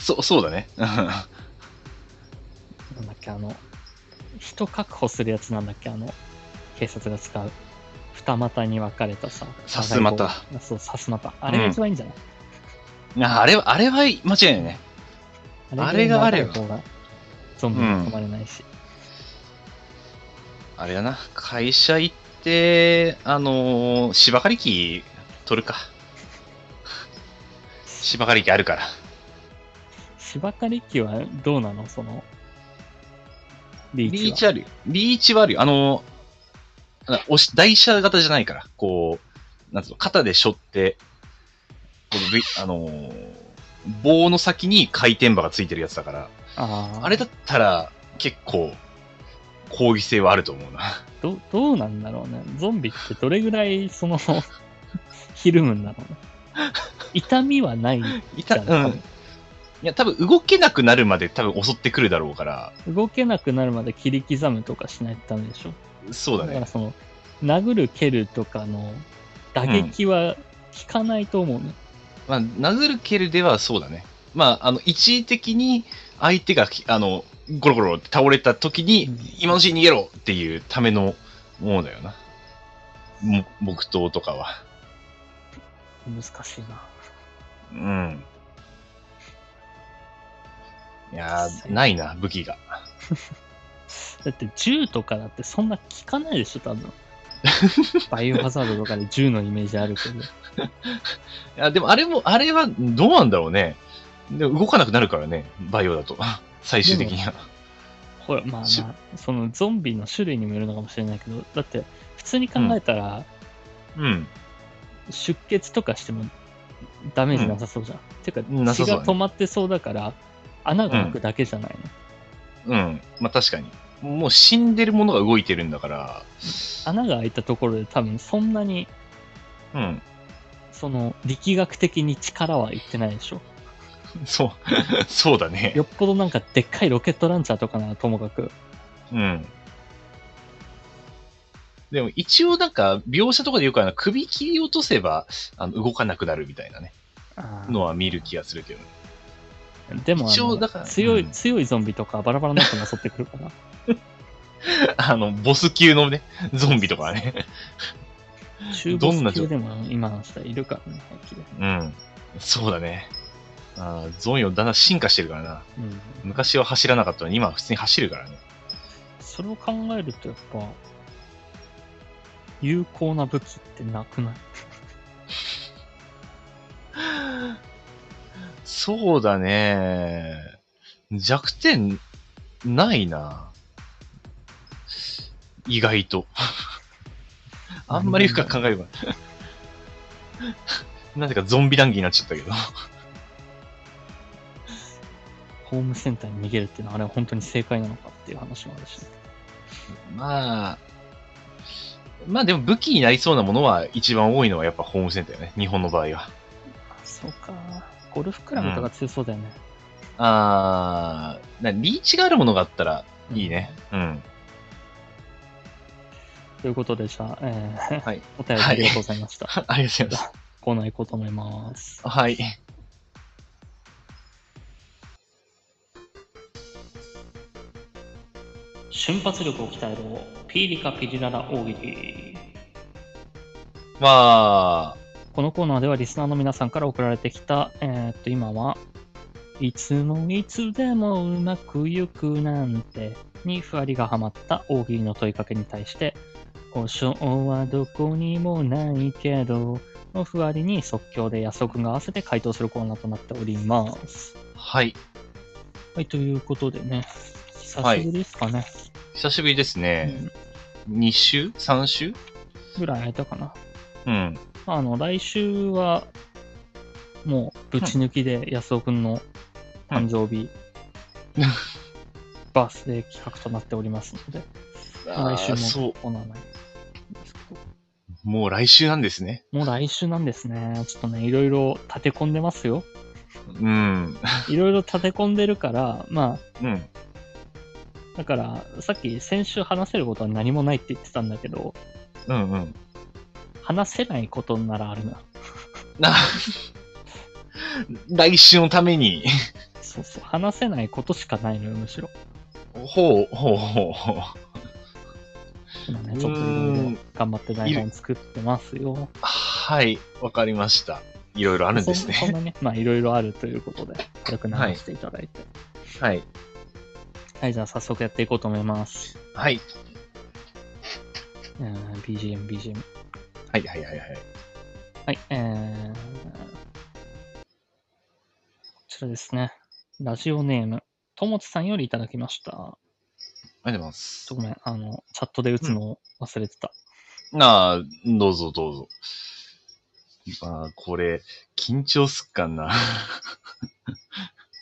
B: そう、そうだね。
A: なんだっけ、あの、人確保するやつなんだっけ、あの、警察が使う。二股に分かれたさ。
B: さすまた
A: 互いこう。そう、さすまた。あれが一番いいんじゃない、
B: ああれは、あれは間違いないね。あれがあれば
A: 長い方がゾンビに止まれないし。
B: あれだな。会社行って、あのー芝刈り機取るか。芝刈り機あるから。
A: 芝刈り機はどうなのその、リ
B: リ
A: ー
B: ー
A: チ
B: チ
A: は。
B: あるよ。リーチはあるよ。あの、あ押し、台車型じゃないから、こう、なんつうの、肩で背負って、この V- あのー棒の先に回転場がついてるやつだから、
A: あー
B: あれだったら結構、攻撃性はあると思うな。
A: ど、どうなんだろうね。ゾンビってどれぐらい、その、 ひるむんだろうね。痛みはない
B: い
A: じ
B: た、
A: ゃ。
B: うんん。いや、多分動けなくなるまで多分襲ってくるだろうから、
A: 動けなくなるまで切り刻むとかしないとダメでしょ
B: そうだ
A: だか
B: ね
A: ら。その殴る蹴るとかの打撃は効かないと思うね、
B: まあ、殴る蹴るではそうだね。まあ、あの、一時的に相手が、あの、ゴロゴロって倒れた時に、
A: うん
B: 今のうちに逃げろっていうためのもうだよな。も木刀とかは。
A: 難しいな。
B: うん。いや
A: 実際
B: ー、ないな、武器が。
A: だって銃とかだってそんな効かないでしょ、 多分。バイオハザードとかで銃のイメージあるけど。
B: いや、でもあれも、あれはどうなんだろうね。でも動かなくなるからね、バイオだと。 最終的には。
A: ほら、まあま
B: し
A: あ、そのゾンビの種類にもよるのかもしれないけど、だって普通に考えたら、
B: うん。
A: 出血とかしてもダメージなさそうじゃん。てか、
B: な
A: 血
B: さそうだ
A: が
B: ね
A: 止まってそうだから、穴が開くだけじゃないの。
B: うん。まあ確かに。もう死んでるものが動いてるんだから、
A: 穴が開いたところで多分そんなに、
B: うん。
A: その力学的に力はいってないでしょ。
B: そう、そう だね
A: よ。っぽどなんかでっかいロケットランチャーとかならともかく。
B: うん。でも一応なんか、描写とかで言うからな、首切り落とせば、あの、動かなくなるみたいなね、
A: あー
B: のは見る気がするけどね。
A: でもあ
B: 一応
A: の
B: だから
A: 強い、
B: うん
A: 強いゾンビとかバラバラな人が襲ってくる から。
B: あの、ボス級のね、ゾンビとかね。
A: 中
B: どんな
A: ボス
B: 状
A: 級でも今の人はいるからね、平気で。
B: うん。そうだね。あーゾンビもだんだん進化してるからな。
A: うん。
B: 昔は走らなかったのに、今は普通に走るからね。
A: それを考えるとやっぱ、有効な武器ってなくない
B: そうだね。弱点、ないな。意外と。 あんまり深く考えれば。 なぜかゾンビ談義になっちゃったけど。
A: ホームセンターに逃げるっていうのはあれは本当に正解なのかっていう話もあるし、
B: まあ、まあでも武器になりそうなものは一番多いのはやっぱホームセンターよね。日本の場合は。
A: あそうか。ゴルフクラブとか強そうだよね。
B: あー、なリーチがあるものがあったらいいね。うん。
A: ということで、じゃあ、えー
B: はい。
A: お便りありがとうございました。
B: ありがとうございます。
A: コーナー行こうと思います。
B: はい。
A: 瞬発力を鍛えろ、ピリカピリララ大喜利。
B: まあ、
A: このコーナーではリスナーの皆さんから送られてきた、えーっと、今は、いつもいつでもうまくゆくなんてにふわりがはまった大喜利の問いかけに対して、故障はどこにもないけど、のふわりに即興で安尾くんが合わせて回答するコーナーとなっております。
B: はい。
A: はい、ということでね、久
B: はい
A: しぶりですかね。
B: 久しぶりですね。
A: うん
B: 2週 ?3 週
A: ぐらい空いたかな。
B: うん。
A: あの、来週は、もう、ぶち抜きで安尾くんの誕生日、
B: うん
A: バースデー企画となっておりますので、来週
B: あーそう
A: も。行わないですけど。
B: もう来週なんですね。
A: もう来週なんですね。ちょっとね、いろいろ立て込んでますよ。
B: うん。
A: いろいろ立て込んでるから、ま
B: うん。
A: あ、だから、さっき先週話せることは何もないって言ってたんだけど、
B: うんうん。
A: 話せないことならあるな。
B: な、 来週のために、
A: そうそう、話せないことしかないのよ、むしろ。
B: ほう、ほう、ほう、ほう。
A: 今ね、ちょっといろいろ頑張って台本作ってますよ。
B: はい、わかりました。いろいろあ
A: あ
B: るんです
A: そん
B: ね。
A: なね、まあいろいろあるということで、軽く流していただいて。はい、
B: はい。
A: じゃあ早速やっていこうと思います。
B: はい。
A: えー BGM、BGM。
B: はい、はい、はい、はい。
A: はい、えー、こちらですね。ラジオネーム、ともつさんよりいただきました。
B: ありがとうございます
A: ちょ。ごめん、あの、チャットで打つのを忘れてた。
B: なあ、どうぞ、どうぞ。まあ、これ、緊張すっかな。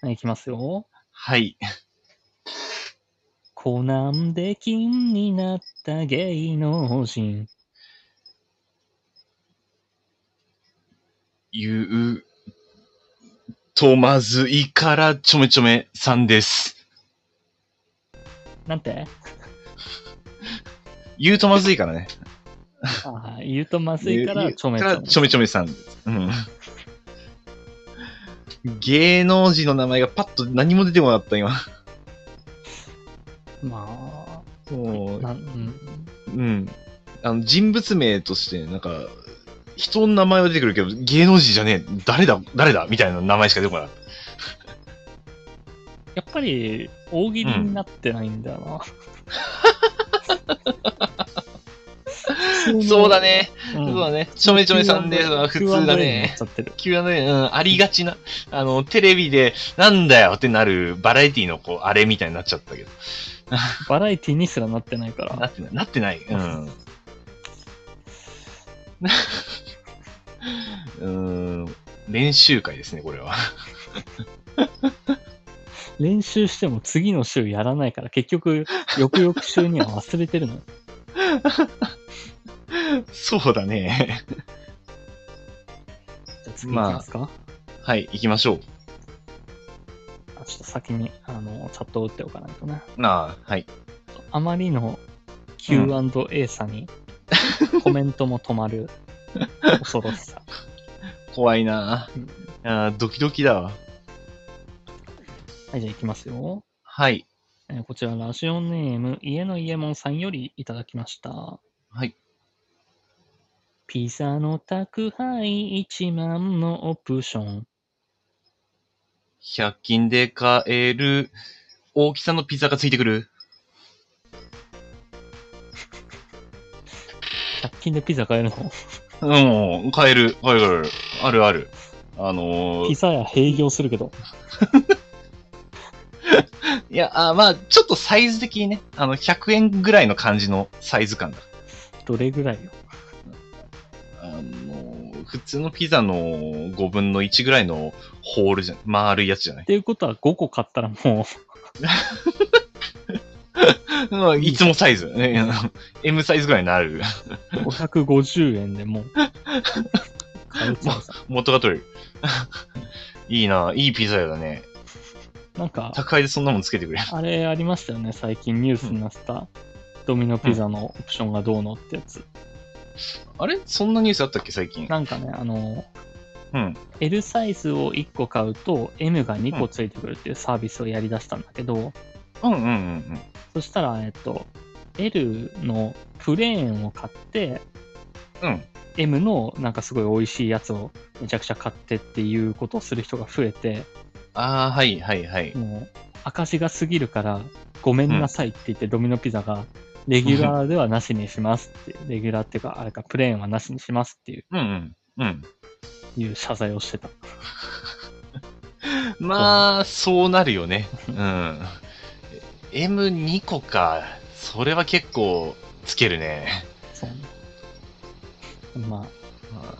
A: はい、いきますよ。
B: はい。
A: コナンで金になった芸能人。
B: ゆう、とまずいからちょめちょめさんです。
A: なんて
B: ゆうとまずいからね。
A: ああ、言うとまずいから、
B: ゆ
A: ちょめち
B: か
A: ょ
B: ら
A: め。
B: ちょめちょめさんです。うん。芸能人の名前がパッと何も出てこなかった、今。
A: ま
B: も
A: あ、
B: う、
A: なん、うん、
B: うん。あの、人物名として、なんか、人の名前は出てくるけど、芸能人じゃねえ、誰だ、誰だみたいな名前しか出てこない。
A: やっぱり大喜利になってないんだよな。普通の
B: そうだね。。
A: うん
B: そうだね。ちょめちょめさんで、普通
A: Q&A に
B: だ
A: な
B: ね
A: っ。ちゃってる
B: Q&A、うん、ありがちな。あの、テレビで、なんだよってなる、バラエティの、こう、あれみたいになっちゃったけど。
A: バラエティにすらなってないから。
B: なってない。なってない。うん。 うん。練習会ですね、これ は。
A: 練習しても次の週やらないから、結局、翌々週には忘れてるのよ。
B: そうだね。
A: じゃあ次行きますか、
B: はい、行きましょう。
A: あちょっと先にあのチャットを打っておかないとね。
B: なあ、はい。
A: あまりの Q&A さに、コメントも止まる恐ろしさ。
B: 怖いな
A: うん
B: あードキドキだわ。
A: はい、じゃあ行きますよ。
B: はい。
A: えーこちら、ラジオネーム、家の家門さんよりいただきました。
B: はい。
A: ピザの宅配1万のオプション。
B: 100均で買える大きさのピザがついてくる。
A: 100均でピザ買えるの
B: うん、買える、買える、買えるあるある。あの
A: ピ
B: ー、
A: ザ屋閉業するけど。
B: いや、あーまあちょっとサイズ的にね、あの、100円ぐらいの感じのサイズ感だ。
A: どれぐらいよ。
B: あのー、普通のピザの5分の1ぐらいのホールじゃ、丸いやつじゃない
A: っ。ていうことは5個買ったらも
B: うんいつもサイズ。ねあの M サイズぐらいになる。
A: う550円でもう買えちゃうさ。
B: 元が取れる。 いいな、いいピザ屋だね。
A: なんか、
B: 宅配でそんなもんつけてくれ。
A: あれありましたよね、最近ニュースになった。ドミノピザのオプションがどうのってやつ。
B: あれそんなニュースあったっけ最近。
A: なんかね、あの、
B: うん。
A: L サイズを1個買うと M が2個ついてくるっていうサービスをやりだしたんだけど、
B: うんうんうんうん。
A: そしたら、えっと、L のプレーンを買って、
B: うん。
A: M のなんかすごい美味しいやつをめちゃくちゃ買ってっていうことをする人が増えて、
B: ああ、はいはいはい。
A: もう赤字が過ぎるからごめんなさいって言ってドミノピザがレギュラーではなしにしますって、レギュラーっていうかあれかプレーンはなしにしますっていう
B: うんうん。うん。
A: いう謝罪をしてた。
B: まあ、そうなるよね。うん。M2 個か。それは結構つけるね。
A: そうねまあ、
B: あ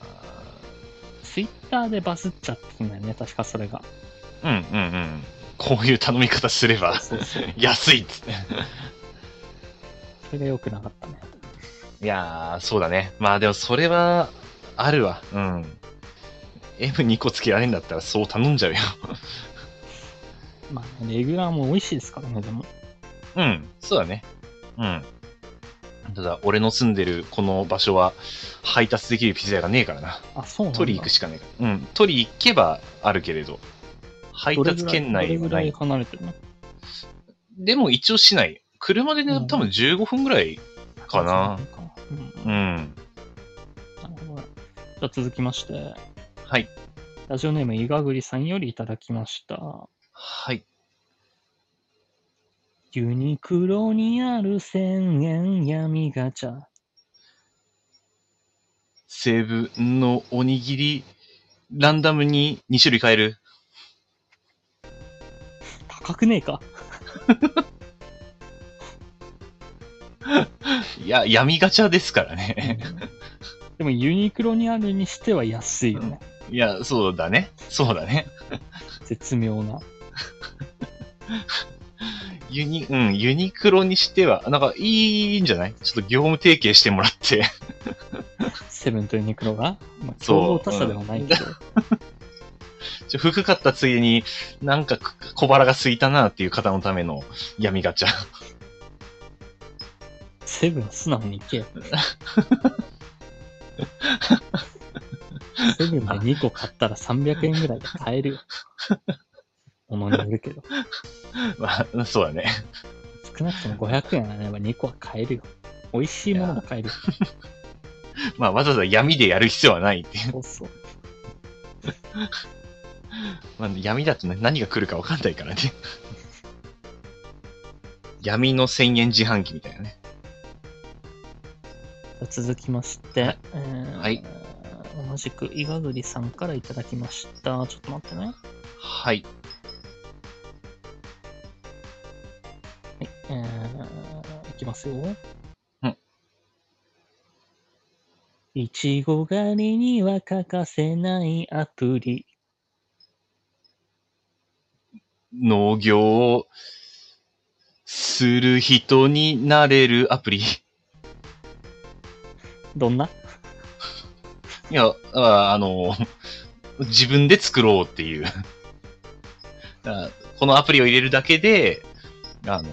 A: ツイッターでバズっちゃってんだよね、確かそれが。
B: ーうんうんうん。こういう頼み方すれば
A: そうそう。
B: 安いっつって。
A: それが良くなかったね。
B: いやー、そうだね。まあでもそれはあるわ。うん。M2 個つけられんだったらそう頼んじゃうよ。
A: まあね、レギュラーも美味しいですからね、でも。
B: うん、そうだね。うん。ただ、俺の住んでるこの場所は配達できるピザ屋がねえからな。
A: あ、そうなんだ。
B: 取り行くしかねえから。うん、取り行けばあるけれど、配達圏内
A: ど
B: は
A: れぐら
B: ないい。
A: 離れてるの
B: でも一応市内。車でね、
A: うん
B: 多分15分ぐらいかな。
A: うん、な
B: うん。
A: るほど。じゃあ続きまして、
B: はい。
A: ラジオネーム、いがぐりさんよりいただきました。
B: はい。
A: ユニクロにある千円闇ガチャ。
B: セブンのおにぎり、ランダムに2種類買える。
A: 高くねえか
B: いや、闇ガチャですからね。
A: でもユニクロにあるにしては安いよね。
B: いや、そうだね。そうだね。
A: 絶妙な。
B: ユニ、うん、ユニクロにしては、なんかいいんじゃないちょっと業務提携してもらって。
A: セブンとユニクロが、まあ、
B: そ
A: 競合
B: う
A: 他社ではないけど、
B: ちょ服買ったついでに、なんかく小腹が空いたなっていう方のための闇ガチャ。
A: セブン素直に行け よ。セブンで2個買ったら300円ぐらいで買えるよ。ものによるけど。
B: まあ、そうだね。
A: 少なくとも500円あれば2個は買えるよ。美味しいものも買える。
B: まあ、わざわざ闇でやる必要はないっていう。
A: そうそう。
B: まあ、闇だとね、何が来るかわかんないからね。 闇の1000円自販機みたいなね。
A: 続きまして、
B: はい
A: えー
B: はい
A: 同じく伊賀栗さんからいただきました。ちょっと待ってね。はい
B: はい。
A: えーいきますよ。
B: うん
A: いちご狩りには欠かせないアプリ。
B: 農業をする人になれるアプリ。い
A: どんな
B: や、ああの、自分で作ろうっていう。あこのアプリを入れるだけで、あの、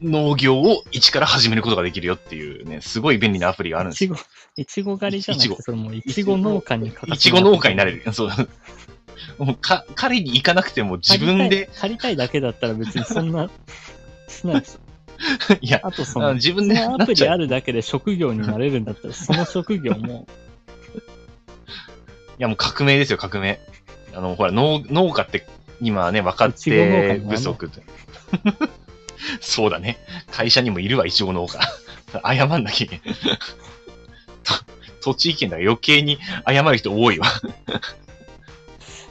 B: 農業を一から始めることができるよっていうね、すごい便利なアプリがある
A: い
B: んです
A: ち
B: よ。
A: ご、いちご狩りじゃなく
B: いち
A: て、それもういちご農家に欠かせない
B: ちご農家になれる。そう。もうか、彼に行かなくても自分で、
A: 借りたい借りたいだけだったら別にそん な、しないです。
B: いや、
A: あとそ
B: あの
A: の、
B: 自
A: そ
B: 分で
A: の
B: な
A: ア
B: っ
A: プ
B: ち
A: リ
B: ゃ
A: あ
B: う。
A: るだけで職業になれるんだったら、その職業も、
B: いや、もう革命ですよ、革命。あの、ほら、農農家って、今はね、若
A: いちご農家
B: 手
A: もね
B: 不足って。 そうだね。会社にもいるわ、いちご農家。謝んなきゃいけないと栃木県だから余計に謝る人多いわ。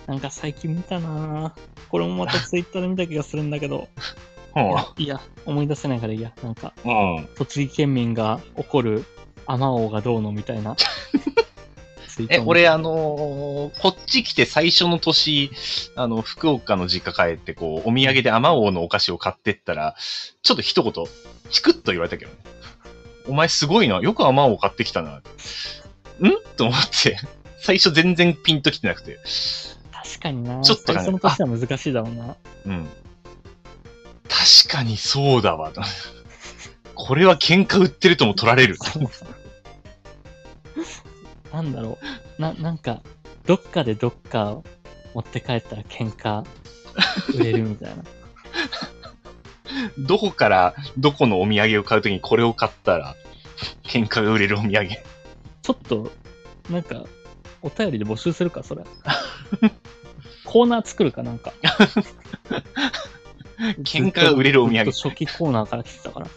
A: なんか最近見たなぁこれもまたツイッターで見た気がするんだけど、
B: う
A: いや、思い出せないからいいや、なんか、
B: ん。うん。
A: 栃木県民が怒るアマオがどうのみた いな。ツイート
B: え、
A: も
B: 俺、あのーこっち来て最初の年、あの、福岡の実家帰って、こう、お土産でマオのお菓子を買ってったら、ちょっと一言、チクッと言われたけどね。お前すごいな。よくマオ買ってきたな。んと思って。最初全然ピンときてなくて。
A: 確かになぁ
B: ちょっと
A: 最
B: ね
A: 初の年は難しいだろうな。
B: うん。確かにそうだわ。とこれは喧嘩売ってるとも取られる。
A: なんだろう。な、なんか、どっかでどっかを持って帰ったら喧嘩売れるみたいな。
B: どこからどこのお土産を買うときにこれを買ったら、喧嘩が売れるお土産。
A: ちょっと、なんか、お便りで募集するか、それ。 コーナー作るかなんか。
B: 喧嘩が売れるお土産
A: ずっとずっと初期コーナーから来てたから。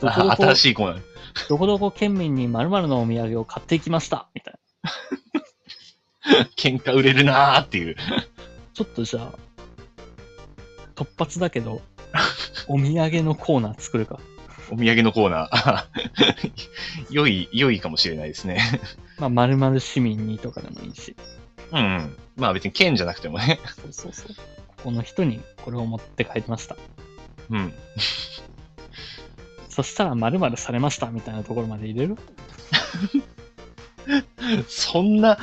A: どこど
B: あ
A: こ
B: 新しいコーナー。
A: どこどこ県民に〇〇のお土産を買ってきましたみたいな。
B: 喧嘩売れるなーっていう。
A: ちょっとじゃあ、突発だけ ど、お土産のコーナー作るか。
B: お土産のコーナー。 良い、良いかもしれないですね。
A: まあ、〇〇市民にとかでもいいし。
B: うんうん。まあ別に県じゃなくてもね。
A: そうそうそう。ここの人にこれを持って帰りました。
B: うん。
A: そしたら〇〇されましたみたいなところまで入れる
B: そんな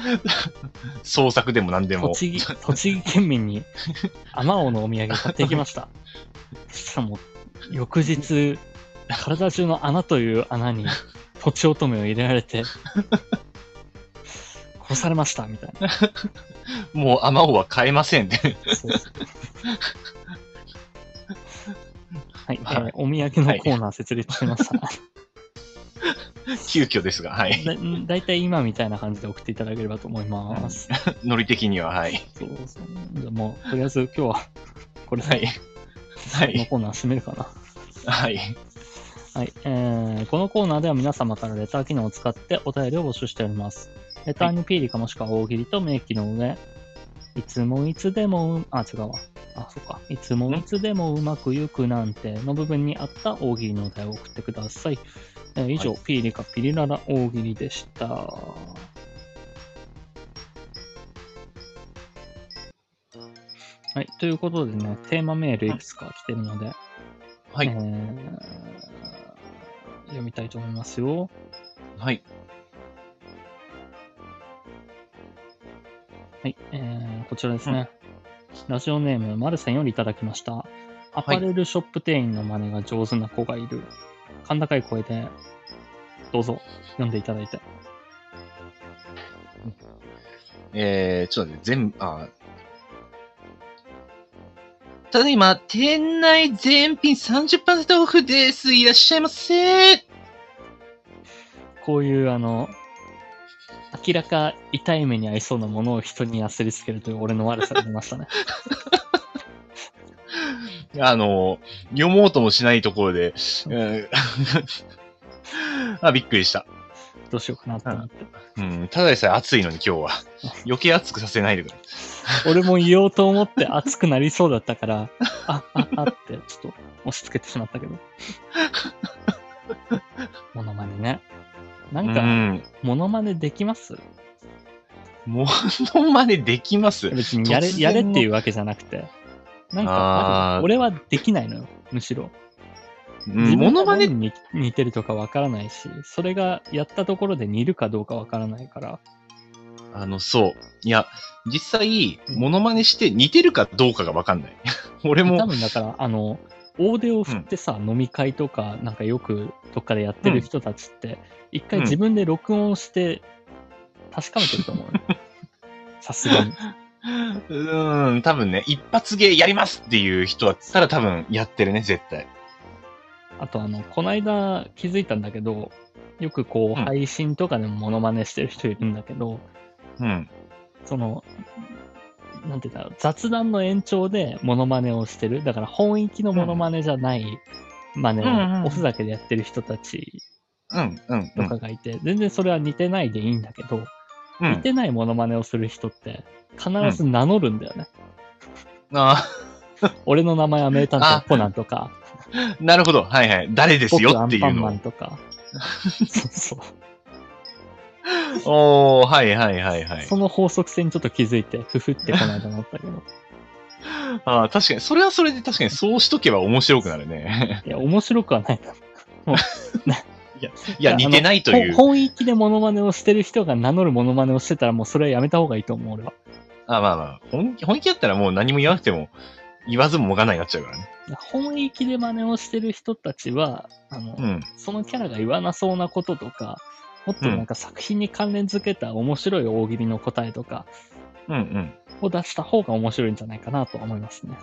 B: 創作でも何でも。
A: 栃木、栃木県民に、アマオのお土産買ってきま した。そしたらもう、翌日、体中の穴という穴に、とちおとめを入れられ て、殺されました、みたいな。
B: もうアマオは買えま せんって。
A: そうそうはい、え
B: は
A: ー
B: い
A: お土産のコーナー設立しました。
B: 急遽ですが、はい。
A: だだいたい今みたいな感じで送っていただければと思います。
B: ノリ的には、はい。
A: そうそうじゃあもう、とりあえず今日は、これ
B: は
A: で、
B: い。は
A: この
B: い。
A: コーナー閉めるかな。
B: はい。
A: はい、えーこのコーナーでは皆様からレター機能を使ってお便りを募集しております。レターにピーリカもしくは大喜利と明記の上、いつもいつでも、あ、違うわ。あ、そっか。いつもいつでもうまくゆくなんての部分にあった大喜利のお題を送ってください。えー以上、
B: は
A: ピーリカピリララ大喜利でした。はい、ということでね、テーマメールいくつか来てるので、
B: はい
A: えー読みたいと思いますよ。
B: はい。
A: はい、えーこちらですね。ラジオネーム、マルさんよりいただきました。アパレルショップ店員の真似が上手な子がいる。甲高い声で、どうぞ、読んでいただいて。
B: えー、ちょっとね、全部、あー、ただいま、店内全品30%オフです。いらっしゃいませ。
A: こういう、あの、明らか痛い目に遭いそうなものを人にやすりつけるという俺の悪さが出ました ね。
B: あの、読もうともしないところで、うん、 あ、びっくりした。
A: どうしようかなと思って。
B: うん、ただでさえ暑いのに今日 は。余計暑くさせないでくれ。
A: 俺も言おうと思って熱くなりそうだったから、あ、あ、あって、ちょっと押し付けてしまったけど。 モノマネね。な
B: うん
A: か、
B: ん。
A: モノマネできます
B: モノマネできます。
A: 別にやれ
B: 突、然
A: や
B: の
A: れっていうわけじゃなくて。なんか
B: あ、ー
A: 俺はできないのよ、むしろ。
B: うん、モノマネ、
A: に似てるとかわからないし、それがやったところで似るかどうかわからないから。
B: あの、そう。いや、実際、モノマネして似てるかどうかがわかんない。 俺
A: 多
B: も、
A: 分だから、あの、大手を振ってさ、飲み会とか、なんかよくどっかでやってる人たちって、一回
B: うん
A: 自分で録音して確かめてると思う よ。さすがに。
B: うん、多分ね、一発芸やりますっていう人だったら多分やってるね、絶対。
A: あと、あの、こないだ気づいたんだけど、よくこう、
B: うん
A: 配信とかでもモノマネしてる人いるんだけど、
B: うん。
A: その、なんていうんだろう、雑談の延長でモノマネをしてる。だから本域のモノマネじゃないマネ
B: うんうんう
A: を
B: ん
A: おふざけでやってる人たち
B: うん、うん、う
A: とか
B: ん。
A: がいて、全然それは似てないでいいんだけど、
B: う
A: 似
B: ん、
A: てないモノマネをする人って、必ず名乗るんだよね。
B: あ
A: 俺の名前は名探偵コナンとか、
B: あ、なるほど。はいはい。誰です
A: 僕
B: よ
A: ア
B: って
A: ン
B: い
A: パ
B: う
A: ン
B: の
A: マ
B: を
A: ン。と か。そうそう。
B: おー、はいはいはいはい
A: そ。の法則性にちょっと気づいて、ふふってこないと思ったけ ど。
B: ああ、確かに、それはそれで確かにそうしとけば面白くなるね。
A: いや、面白くはないな。
B: いや、
A: いや
B: 似てないという。
A: 本本域でモノマネをしてる人が名乗るモノマネをしてたらもうそれはやめた方がいいと思う俺は
B: あまあまあ、本気本気だったらもう何も言わなくても、言わずももがないになっちゃうからね。
A: 本域で真似をしてる人たちはあの、
B: うん。
A: そのキャラが言わなそうなこととかもっとなんか作品に関連づけた面白い大喜利の答えとか
B: うん
A: を出した方が面白いんじゃないかなとは思いますね。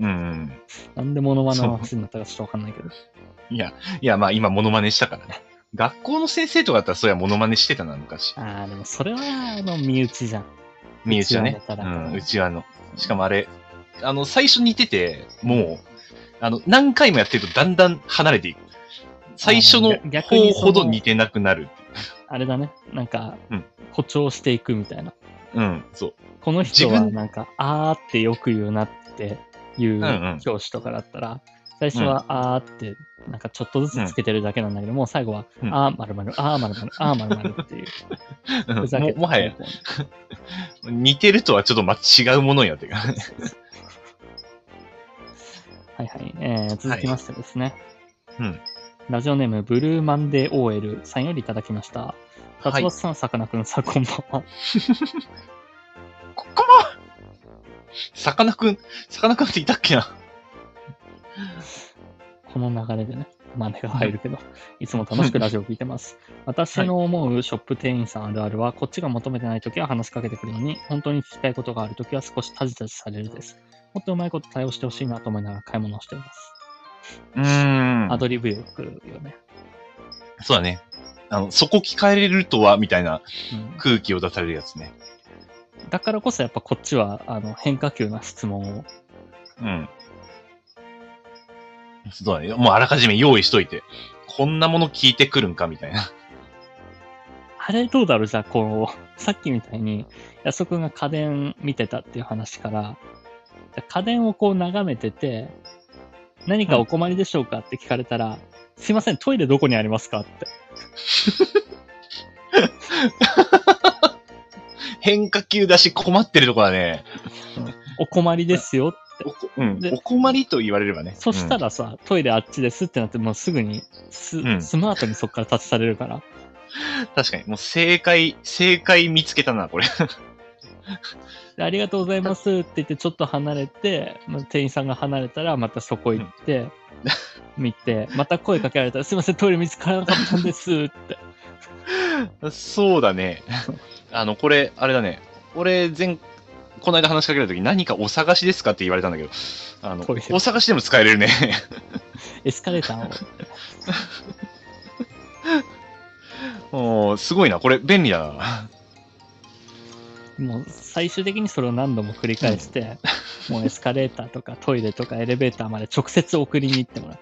B: うん。うんうん。
A: なんでモノマネの話になったかちょっとわかんないけど。
B: いや、いやまあ今モノマネしたからね。学校の先生とかだったらそりゃモノマネしてたな、昔。
A: ああ、でもそれはあの身内じゃん。
B: 身内はね。
A: うちわの
B: うん、うちわの。しかもあれ、あの、最初似てて、もう、あの、何回もやってるとだんだん離れていく。最初
A: あ
B: の
A: ー逆
B: 方
A: にその
B: ほど似てなくなる。
A: あれだね。なんか
B: うん、
A: 誇張していくみたいな。
B: うん、そう。
A: この人は
B: 自分
A: なんか、あーってよく言うなってい
B: ん
A: う
B: う
A: ん教師とかだったら、最初はあーって、なんかちょっとずつつけてるだけなんだけど、もう最後は、
B: うん
A: あーまるまる、あーまるまる、あーまるまるっていう。
B: うん
A: ふざけ
B: ももはや、似てるとはちょっとま違うものにな ってるからね。
A: はいはい。えー続きましてですね。
B: うん
A: ラジオネーム、ブルーマンデー OL さんよりいただきました。
B: は
A: 達
B: い
A: 夫さん、さかなクンさん、こんばんは。
B: ここさかなクン、さかなクンっていたっけな
A: この流れでね、真似が入るけど、いつも楽しくラジオを聞いて ます。私の思うショップ店員さんあるあるは、こっちが求めてないときは話しかけてくるのに、本当に聞きたいことがあるときは少したじたじされるです。もっとうまいこと対応してほしいなと思いながら買い物をしています。
B: うーん
A: アドリブよくよね。
B: そうだね。あの、そこ聞かれるとは、みたいな
A: うん
B: 空気を出されるやつね。
A: だからこそやっぱこっちはあの変化球な質問を
B: うん。そうだね。もうあらかじめ用意しといて。こんなもの聞いてくるんか、みたいな。
A: あれどうだろうじゃあ、こう、さっきみたいに、安くんが家電見てたっていう話から、じゃあ家電をこう眺めてて、何かお困りでしょうかって聞かれたら、すいません、トイレどこにありますかって。
B: 変化球だし、困ってるとこだね。
A: お困りですよって。
B: おこうん
A: で、
B: お困りと言われればね。
A: そした
B: ら、
A: らさ、トイレあっちですってなって、もうすぐにス,、
B: ん
A: スマートにそこから立ち去れるから、
B: 確かに、もう正解、正解見つけたな、これ。
A: でありがとうございますって言って、ちょっと離れて、まあ店員さんが離れたら、またそこ行って、見て、また声かけられたら、すいません、トイレ見つからなかったんですって。
B: そうだね。あの、これ、あれだね。俺、前この間話しかけられた時何かお探しですかって言われたんだけど、あの
A: トイレ、
B: お探しでも使えれるね。
A: エスカレーターを。
B: おーすごいな。これ便利だな。
A: もう最終的にそれを何度も繰り返して、もうエスカレーターとかトイレとかエレベーターまで直接送りに行ってもら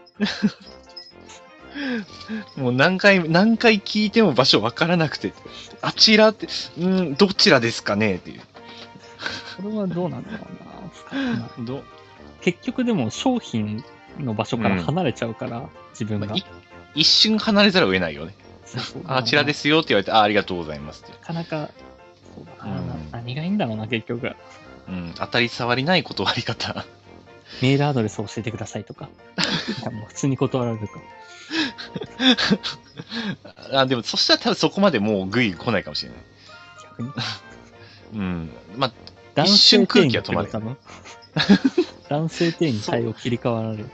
A: う。
B: もう何回、何回聞いても場所わからなくて、あちらって、うん、どちらですかねっていう。
A: これはどうなんだろうな。まあ
B: ど
A: 結局でも商品の場所から離れちゃうから、自分が
B: まあ。い一瞬離れざるを得ないよね。
A: そうそう
B: あちらですよって言われて、あありがとうございますって。
A: なかなか、そうだな、
B: うん
A: 何がいいんだろうな、結局。
B: うん、当たり障りない断り方。
A: メールアドレスを教えてくださいとか。いやもう普通に断られるか。
B: あでも、そしたら多分そこまでもうグイ来ないかもしれない。
A: 逆に。
B: うん。まあ、
A: 男性
B: 瞬
A: 店
B: 空
A: 員
B: 気が止まる
A: ってことかな 男性店員に対応切り替わられる。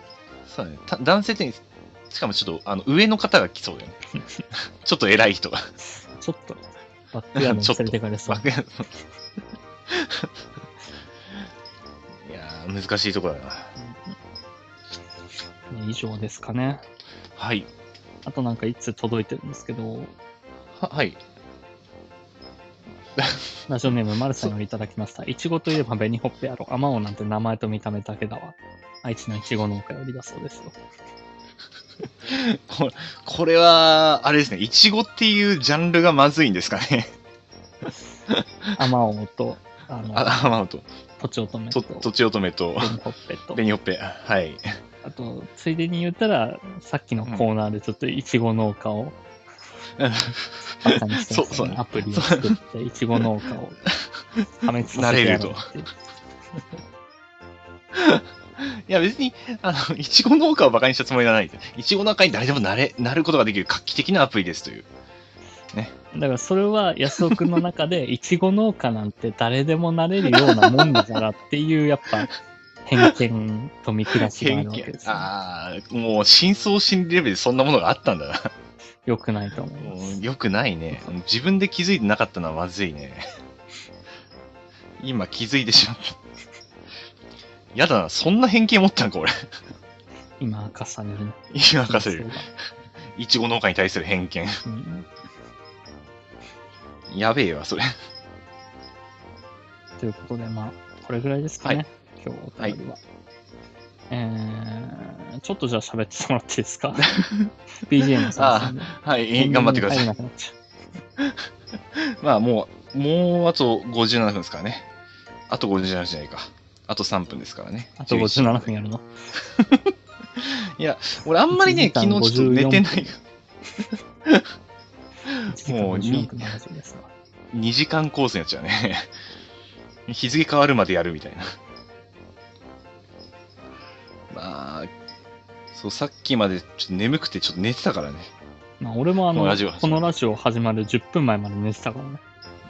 B: そうだね。た男性店員、しかもちょっと、あの、上の方が来そうだよね。ちょっと偉い人が。
A: ちょっと、バック ヤードに連れてかれそう
B: わ。かんないいやー、難しいとこだな。
A: 以上ですかね。
B: はい。
A: あとなんかいつ届いてるんですけど、
B: は、はい。
A: ラジオネームマルさんよりいただきました。いちごといえば紅ほっぺやろ。あまおうなんて名前と見た目だけだわ。愛知のいちご農家よりだそうですよ。
B: ここれは、あれですね。イチゴっていうジャンルがまずいんですかね。
A: あまおうと、あの、
B: あ、アマウト。
A: とちおとめと、
B: と、
A: 紅
B: とちおとめと、
A: ほっぺと、
B: 紅ほっぺ。はい。
A: あと、ついでに言ったら、さっきのコーナーでちょっといちご農家をバカにしてま
B: そう
A: す
B: そ
A: よ
B: う
A: ね。アプリを作って、いちご農家 を破滅させてやろうっていう。
B: いや別に、あの、いちご農家をバカにしたつもりはないです。いちご農家に誰でもなれ、なることができる画期的なアプリですという。
A: だからそれは安尾くんの中 で、いちご農家なんて誰でもなれるようなもんだからっていう、やっぱ、偏見と見下しがあ
B: 偏
A: るわけ
B: 見
A: で。す、ね。
B: ああ、もう真相心理レベルでそんなものがあったんだな。
A: よくないと思いま
B: うん
A: す。
B: よくないね。自分で気づいてなかったのはまずいね。今気づいてしまった。やだな、そんな偏見持ったんか、俺。
A: 今、明かされるね。
B: 今明かせる。いちご農家に対する偏見。
A: うん
B: やべえわ、それ。
A: ということで、まあ、これぐらいですかね。
B: はい
A: 今日お便りは。えー、ちょっとじゃあ喋ってもらっていい ですか ?BGM さん。
B: はい、 頑張ってくださ
A: 入
B: い。
A: らなくなっちゃう
B: まあ、もう、もうあと57分ですからね。あと57分じゃないか。あと3分ですからね。
A: あと57分やるの
B: 俺、あんまりね、
A: 1時
B: 昨
A: 間
B: 日ちょっと寝てない。
A: も
B: も
A: う
B: う
A: 2分70ですわ
B: 2時間コースになっちゃうね。 日付変わるまでやるみたいな。まあ、そう、さっきまでちょっと眠くてちょっと寝てたからね。
A: まあ、俺もあの
B: このラジオ
A: このラジオ始まる10分前まで寝てたからね。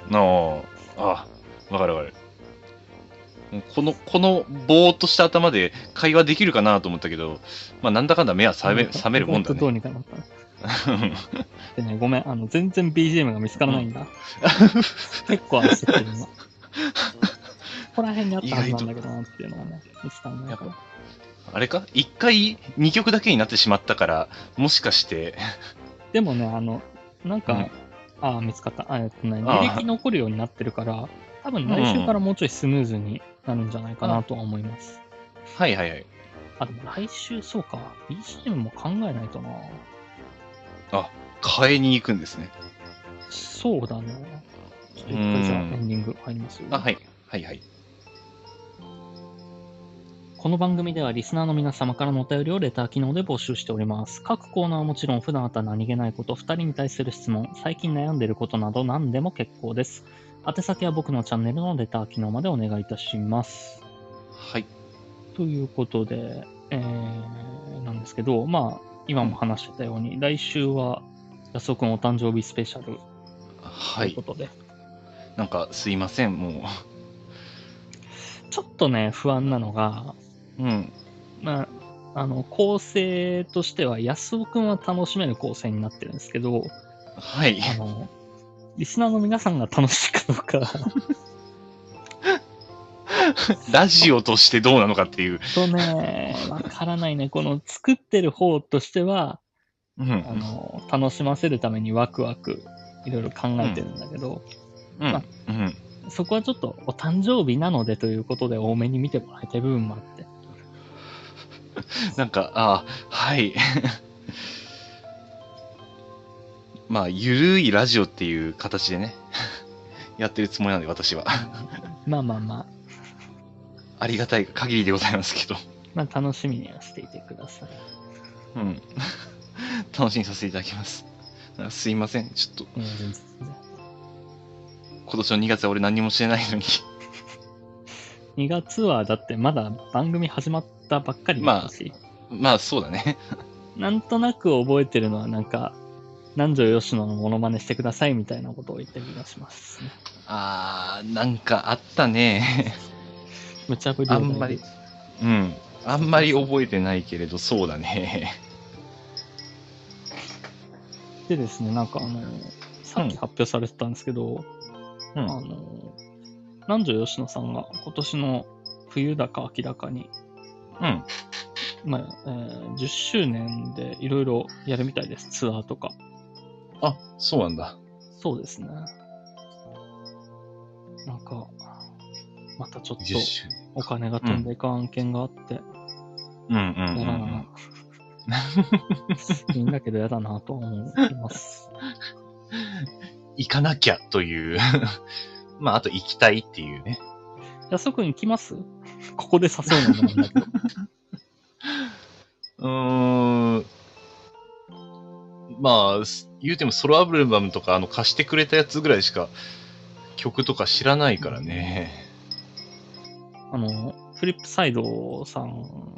B: なあ、ああ、わかるわかる。もうこの、このぼーっとした頭で会話できるかなと思ったけど、まあなんだかんだ目は覚め、覚めるもんだ
A: どう
B: ね。
A: にかなったね。でね、ごめん、あの、全然 BGM が見つからないんだ。結構焦ってる今。ここら辺にあったはずなんだけどなっていうのがね、見つからないから。
B: あれか一回二曲だけになってしまったから、もしかして、
A: でもね、あの、なんか、
B: うん
A: ああ、見つかった。あえっとね、
B: ああ
A: 履歴残るようになってるから、多分来週からもうちょいスムーズになるんじゃないかなとは思います。
B: はいはいはい。
A: あ、でも来週そうか。BGM も考えないとな。
B: 変えに行くんですね。
A: そうだね。ちょっと一回じゃあエ
B: うん
A: ンディング入りますよ。
B: あ、はい。はいはい。
A: この番組ではリスナーの皆様からのお便りをレター機能で募集しております。各コーナーはもちろん普段あった何気ないこと、2人に対する質問、最近悩んでることなど何でも結構です。宛先は僕のチャンネルのレター機能までお願いいたします。
B: はい。
A: ということで、えー、なんですけど、まあ、今も話してたように、来週は安尾くんお誕生日スペシャルと
B: は
A: いう
B: い
A: こ。とで、
B: なんかすいません、も
A: ちょっとね、不安なのが、
B: う。うん。
A: まあ、あの構成としては安尾くんは楽しめる構成になってるんですけど
B: はい。
A: あのリスナーの皆さんが楽しいかどうか
B: ラジオとしてどうなのかっていう。
A: とね、わからないね。この作ってる方としては、
B: うん。
A: あの、楽しませるためにワクワク、いろいろ考えてるんだけど、
B: うん
A: まあ
B: うん。
A: そこはちょっとお誕生日なのでということで多めに見てもらいたい部分もあって。
B: なんか、ああ、はい。 まあ、ゆるいラジオっていう形でね、 やってるつもりなんで、私は。
A: まあまあまあ、
B: ありがたい限りでございますけど。
A: まあ楽しみにはしていてください。
B: うん。 楽しみにさせていただきます。あすいません。ちょっと、
A: うん全然
B: 今年の2月は俺何もしてないのに。
A: 2月はだってまだ番組始まったばっかりだし、
B: まあ、そうだね。
A: なんとなく覚えてるのはなんか、南條吉野のモノマネしてくださいみたいなことを言った気がしますね。
B: あー、なんかあった ね。
A: 無茶ぶりを
B: あんまり、うん。あんまり覚えてないけれど、そうだね。
A: でですね、なんかあの、さっき発表されてたんですけど、
B: う
A: あ。の、南條吉野さんが今年の冬だか秋だかに、
B: うん。
A: まあえー10周年でいろいろやるみたいです、ツアーとか。
B: あ、そうなんだ。
A: そうですね。なんか、またちょっと
B: 10周年。
A: お金が飛んでいかん案件があって、
B: うんうんうん
A: やだな。 いいんだけどやだなとは思います。
B: 行かなきゃという。 まあ、あと行きたいっていうね。
A: 安くん行きますここで誘うのもなんだけ ど。
B: うーん。まあ、す言うてもソロアルバムとか、あの、貸してくれたやつぐらいしか、曲とか知らないからね。
A: あの、フリップサイドさんを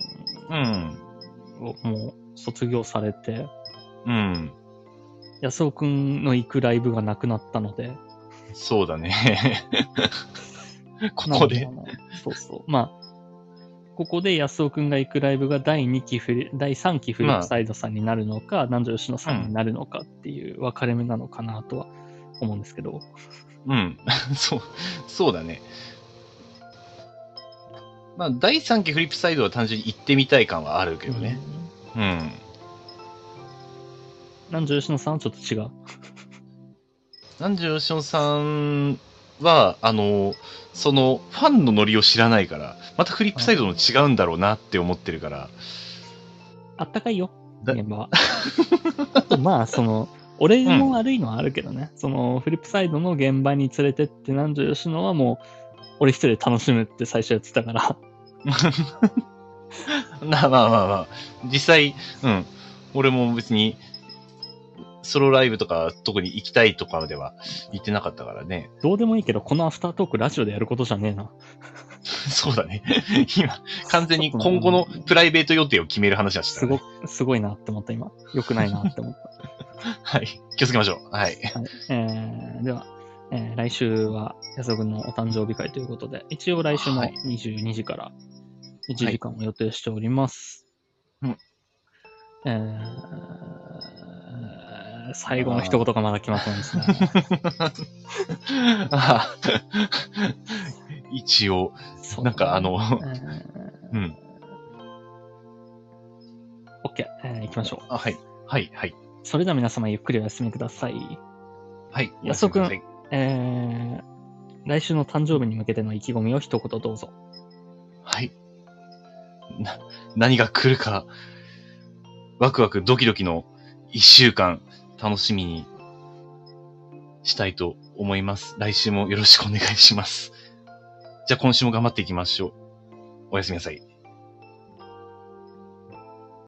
B: うん。
A: もう卒業されて、
B: うん。
A: 安尾くんの行くライブがなくなったので。
B: そうだね。 ここで
A: な。のあのそうそう。まあ、ここで安尾くんが行くライブが第2期フリ、第3期フリップサイドさんになるのか、南條吉野さんになるのかっていう分かれ目なのかなとは思うんですけど、
B: うん。 そう、そうだね。まあ、第3期フリップサイドは単純に行ってみたい感はあるけどね。
A: うん
B: うん。
A: 南條吉野さんはちょっと違う。
B: 南條よしおさんは、あの、その、ファンのノリを知らないから、またフリップサイドの違うんだろうなって思ってるから、
A: あったかいよ、
B: だ
A: 現場は。あと、まあ、その、俺も悪いのはあるけどね、その、フリップサイドの現場に連れてって、南條吉野はもう、俺一人で楽しむって最初やってたから、
B: なまあまあまあ、実際、うん、俺も別に、ソロライブとか特に行きたいとかでは行ってなかったからね。
A: どうでもいいけど、このアフタートークラジオでやることじゃねえな。
B: そうだね。 今、完全に今後のプライベート予定を決める話はした、
A: す
B: ね。
A: ご、すごいなって思った、今。良くないなって思った。
B: はい。気をつけましょう。はい。
A: はいえーでは、えー来週は安田君のお誕生日会ということで、一応来週の
B: はい
A: 22時から1時間を予定しております。
B: うん
A: えー最後の一言がまだ決まってない ですね。
B: あ 一応、
A: そう
B: なんかあ、
A: え
B: の、
A: ー
B: うん。
A: OK、えー行きましょ
B: あ、はい。はい、はい。
A: う。それでは皆様ゆっくりお休みください。
B: はい。
A: 安尾君
B: おやすみなさい
A: えー来週の誕生日に向けての意気込みを一言どうぞ。
B: はい。な、何が来るか、ワクワクドキドキの一週間、楽しみにしたいと思います。来週もよろしくお願いします。じゃあ今週も頑張っていきましょう。おやすみなさい。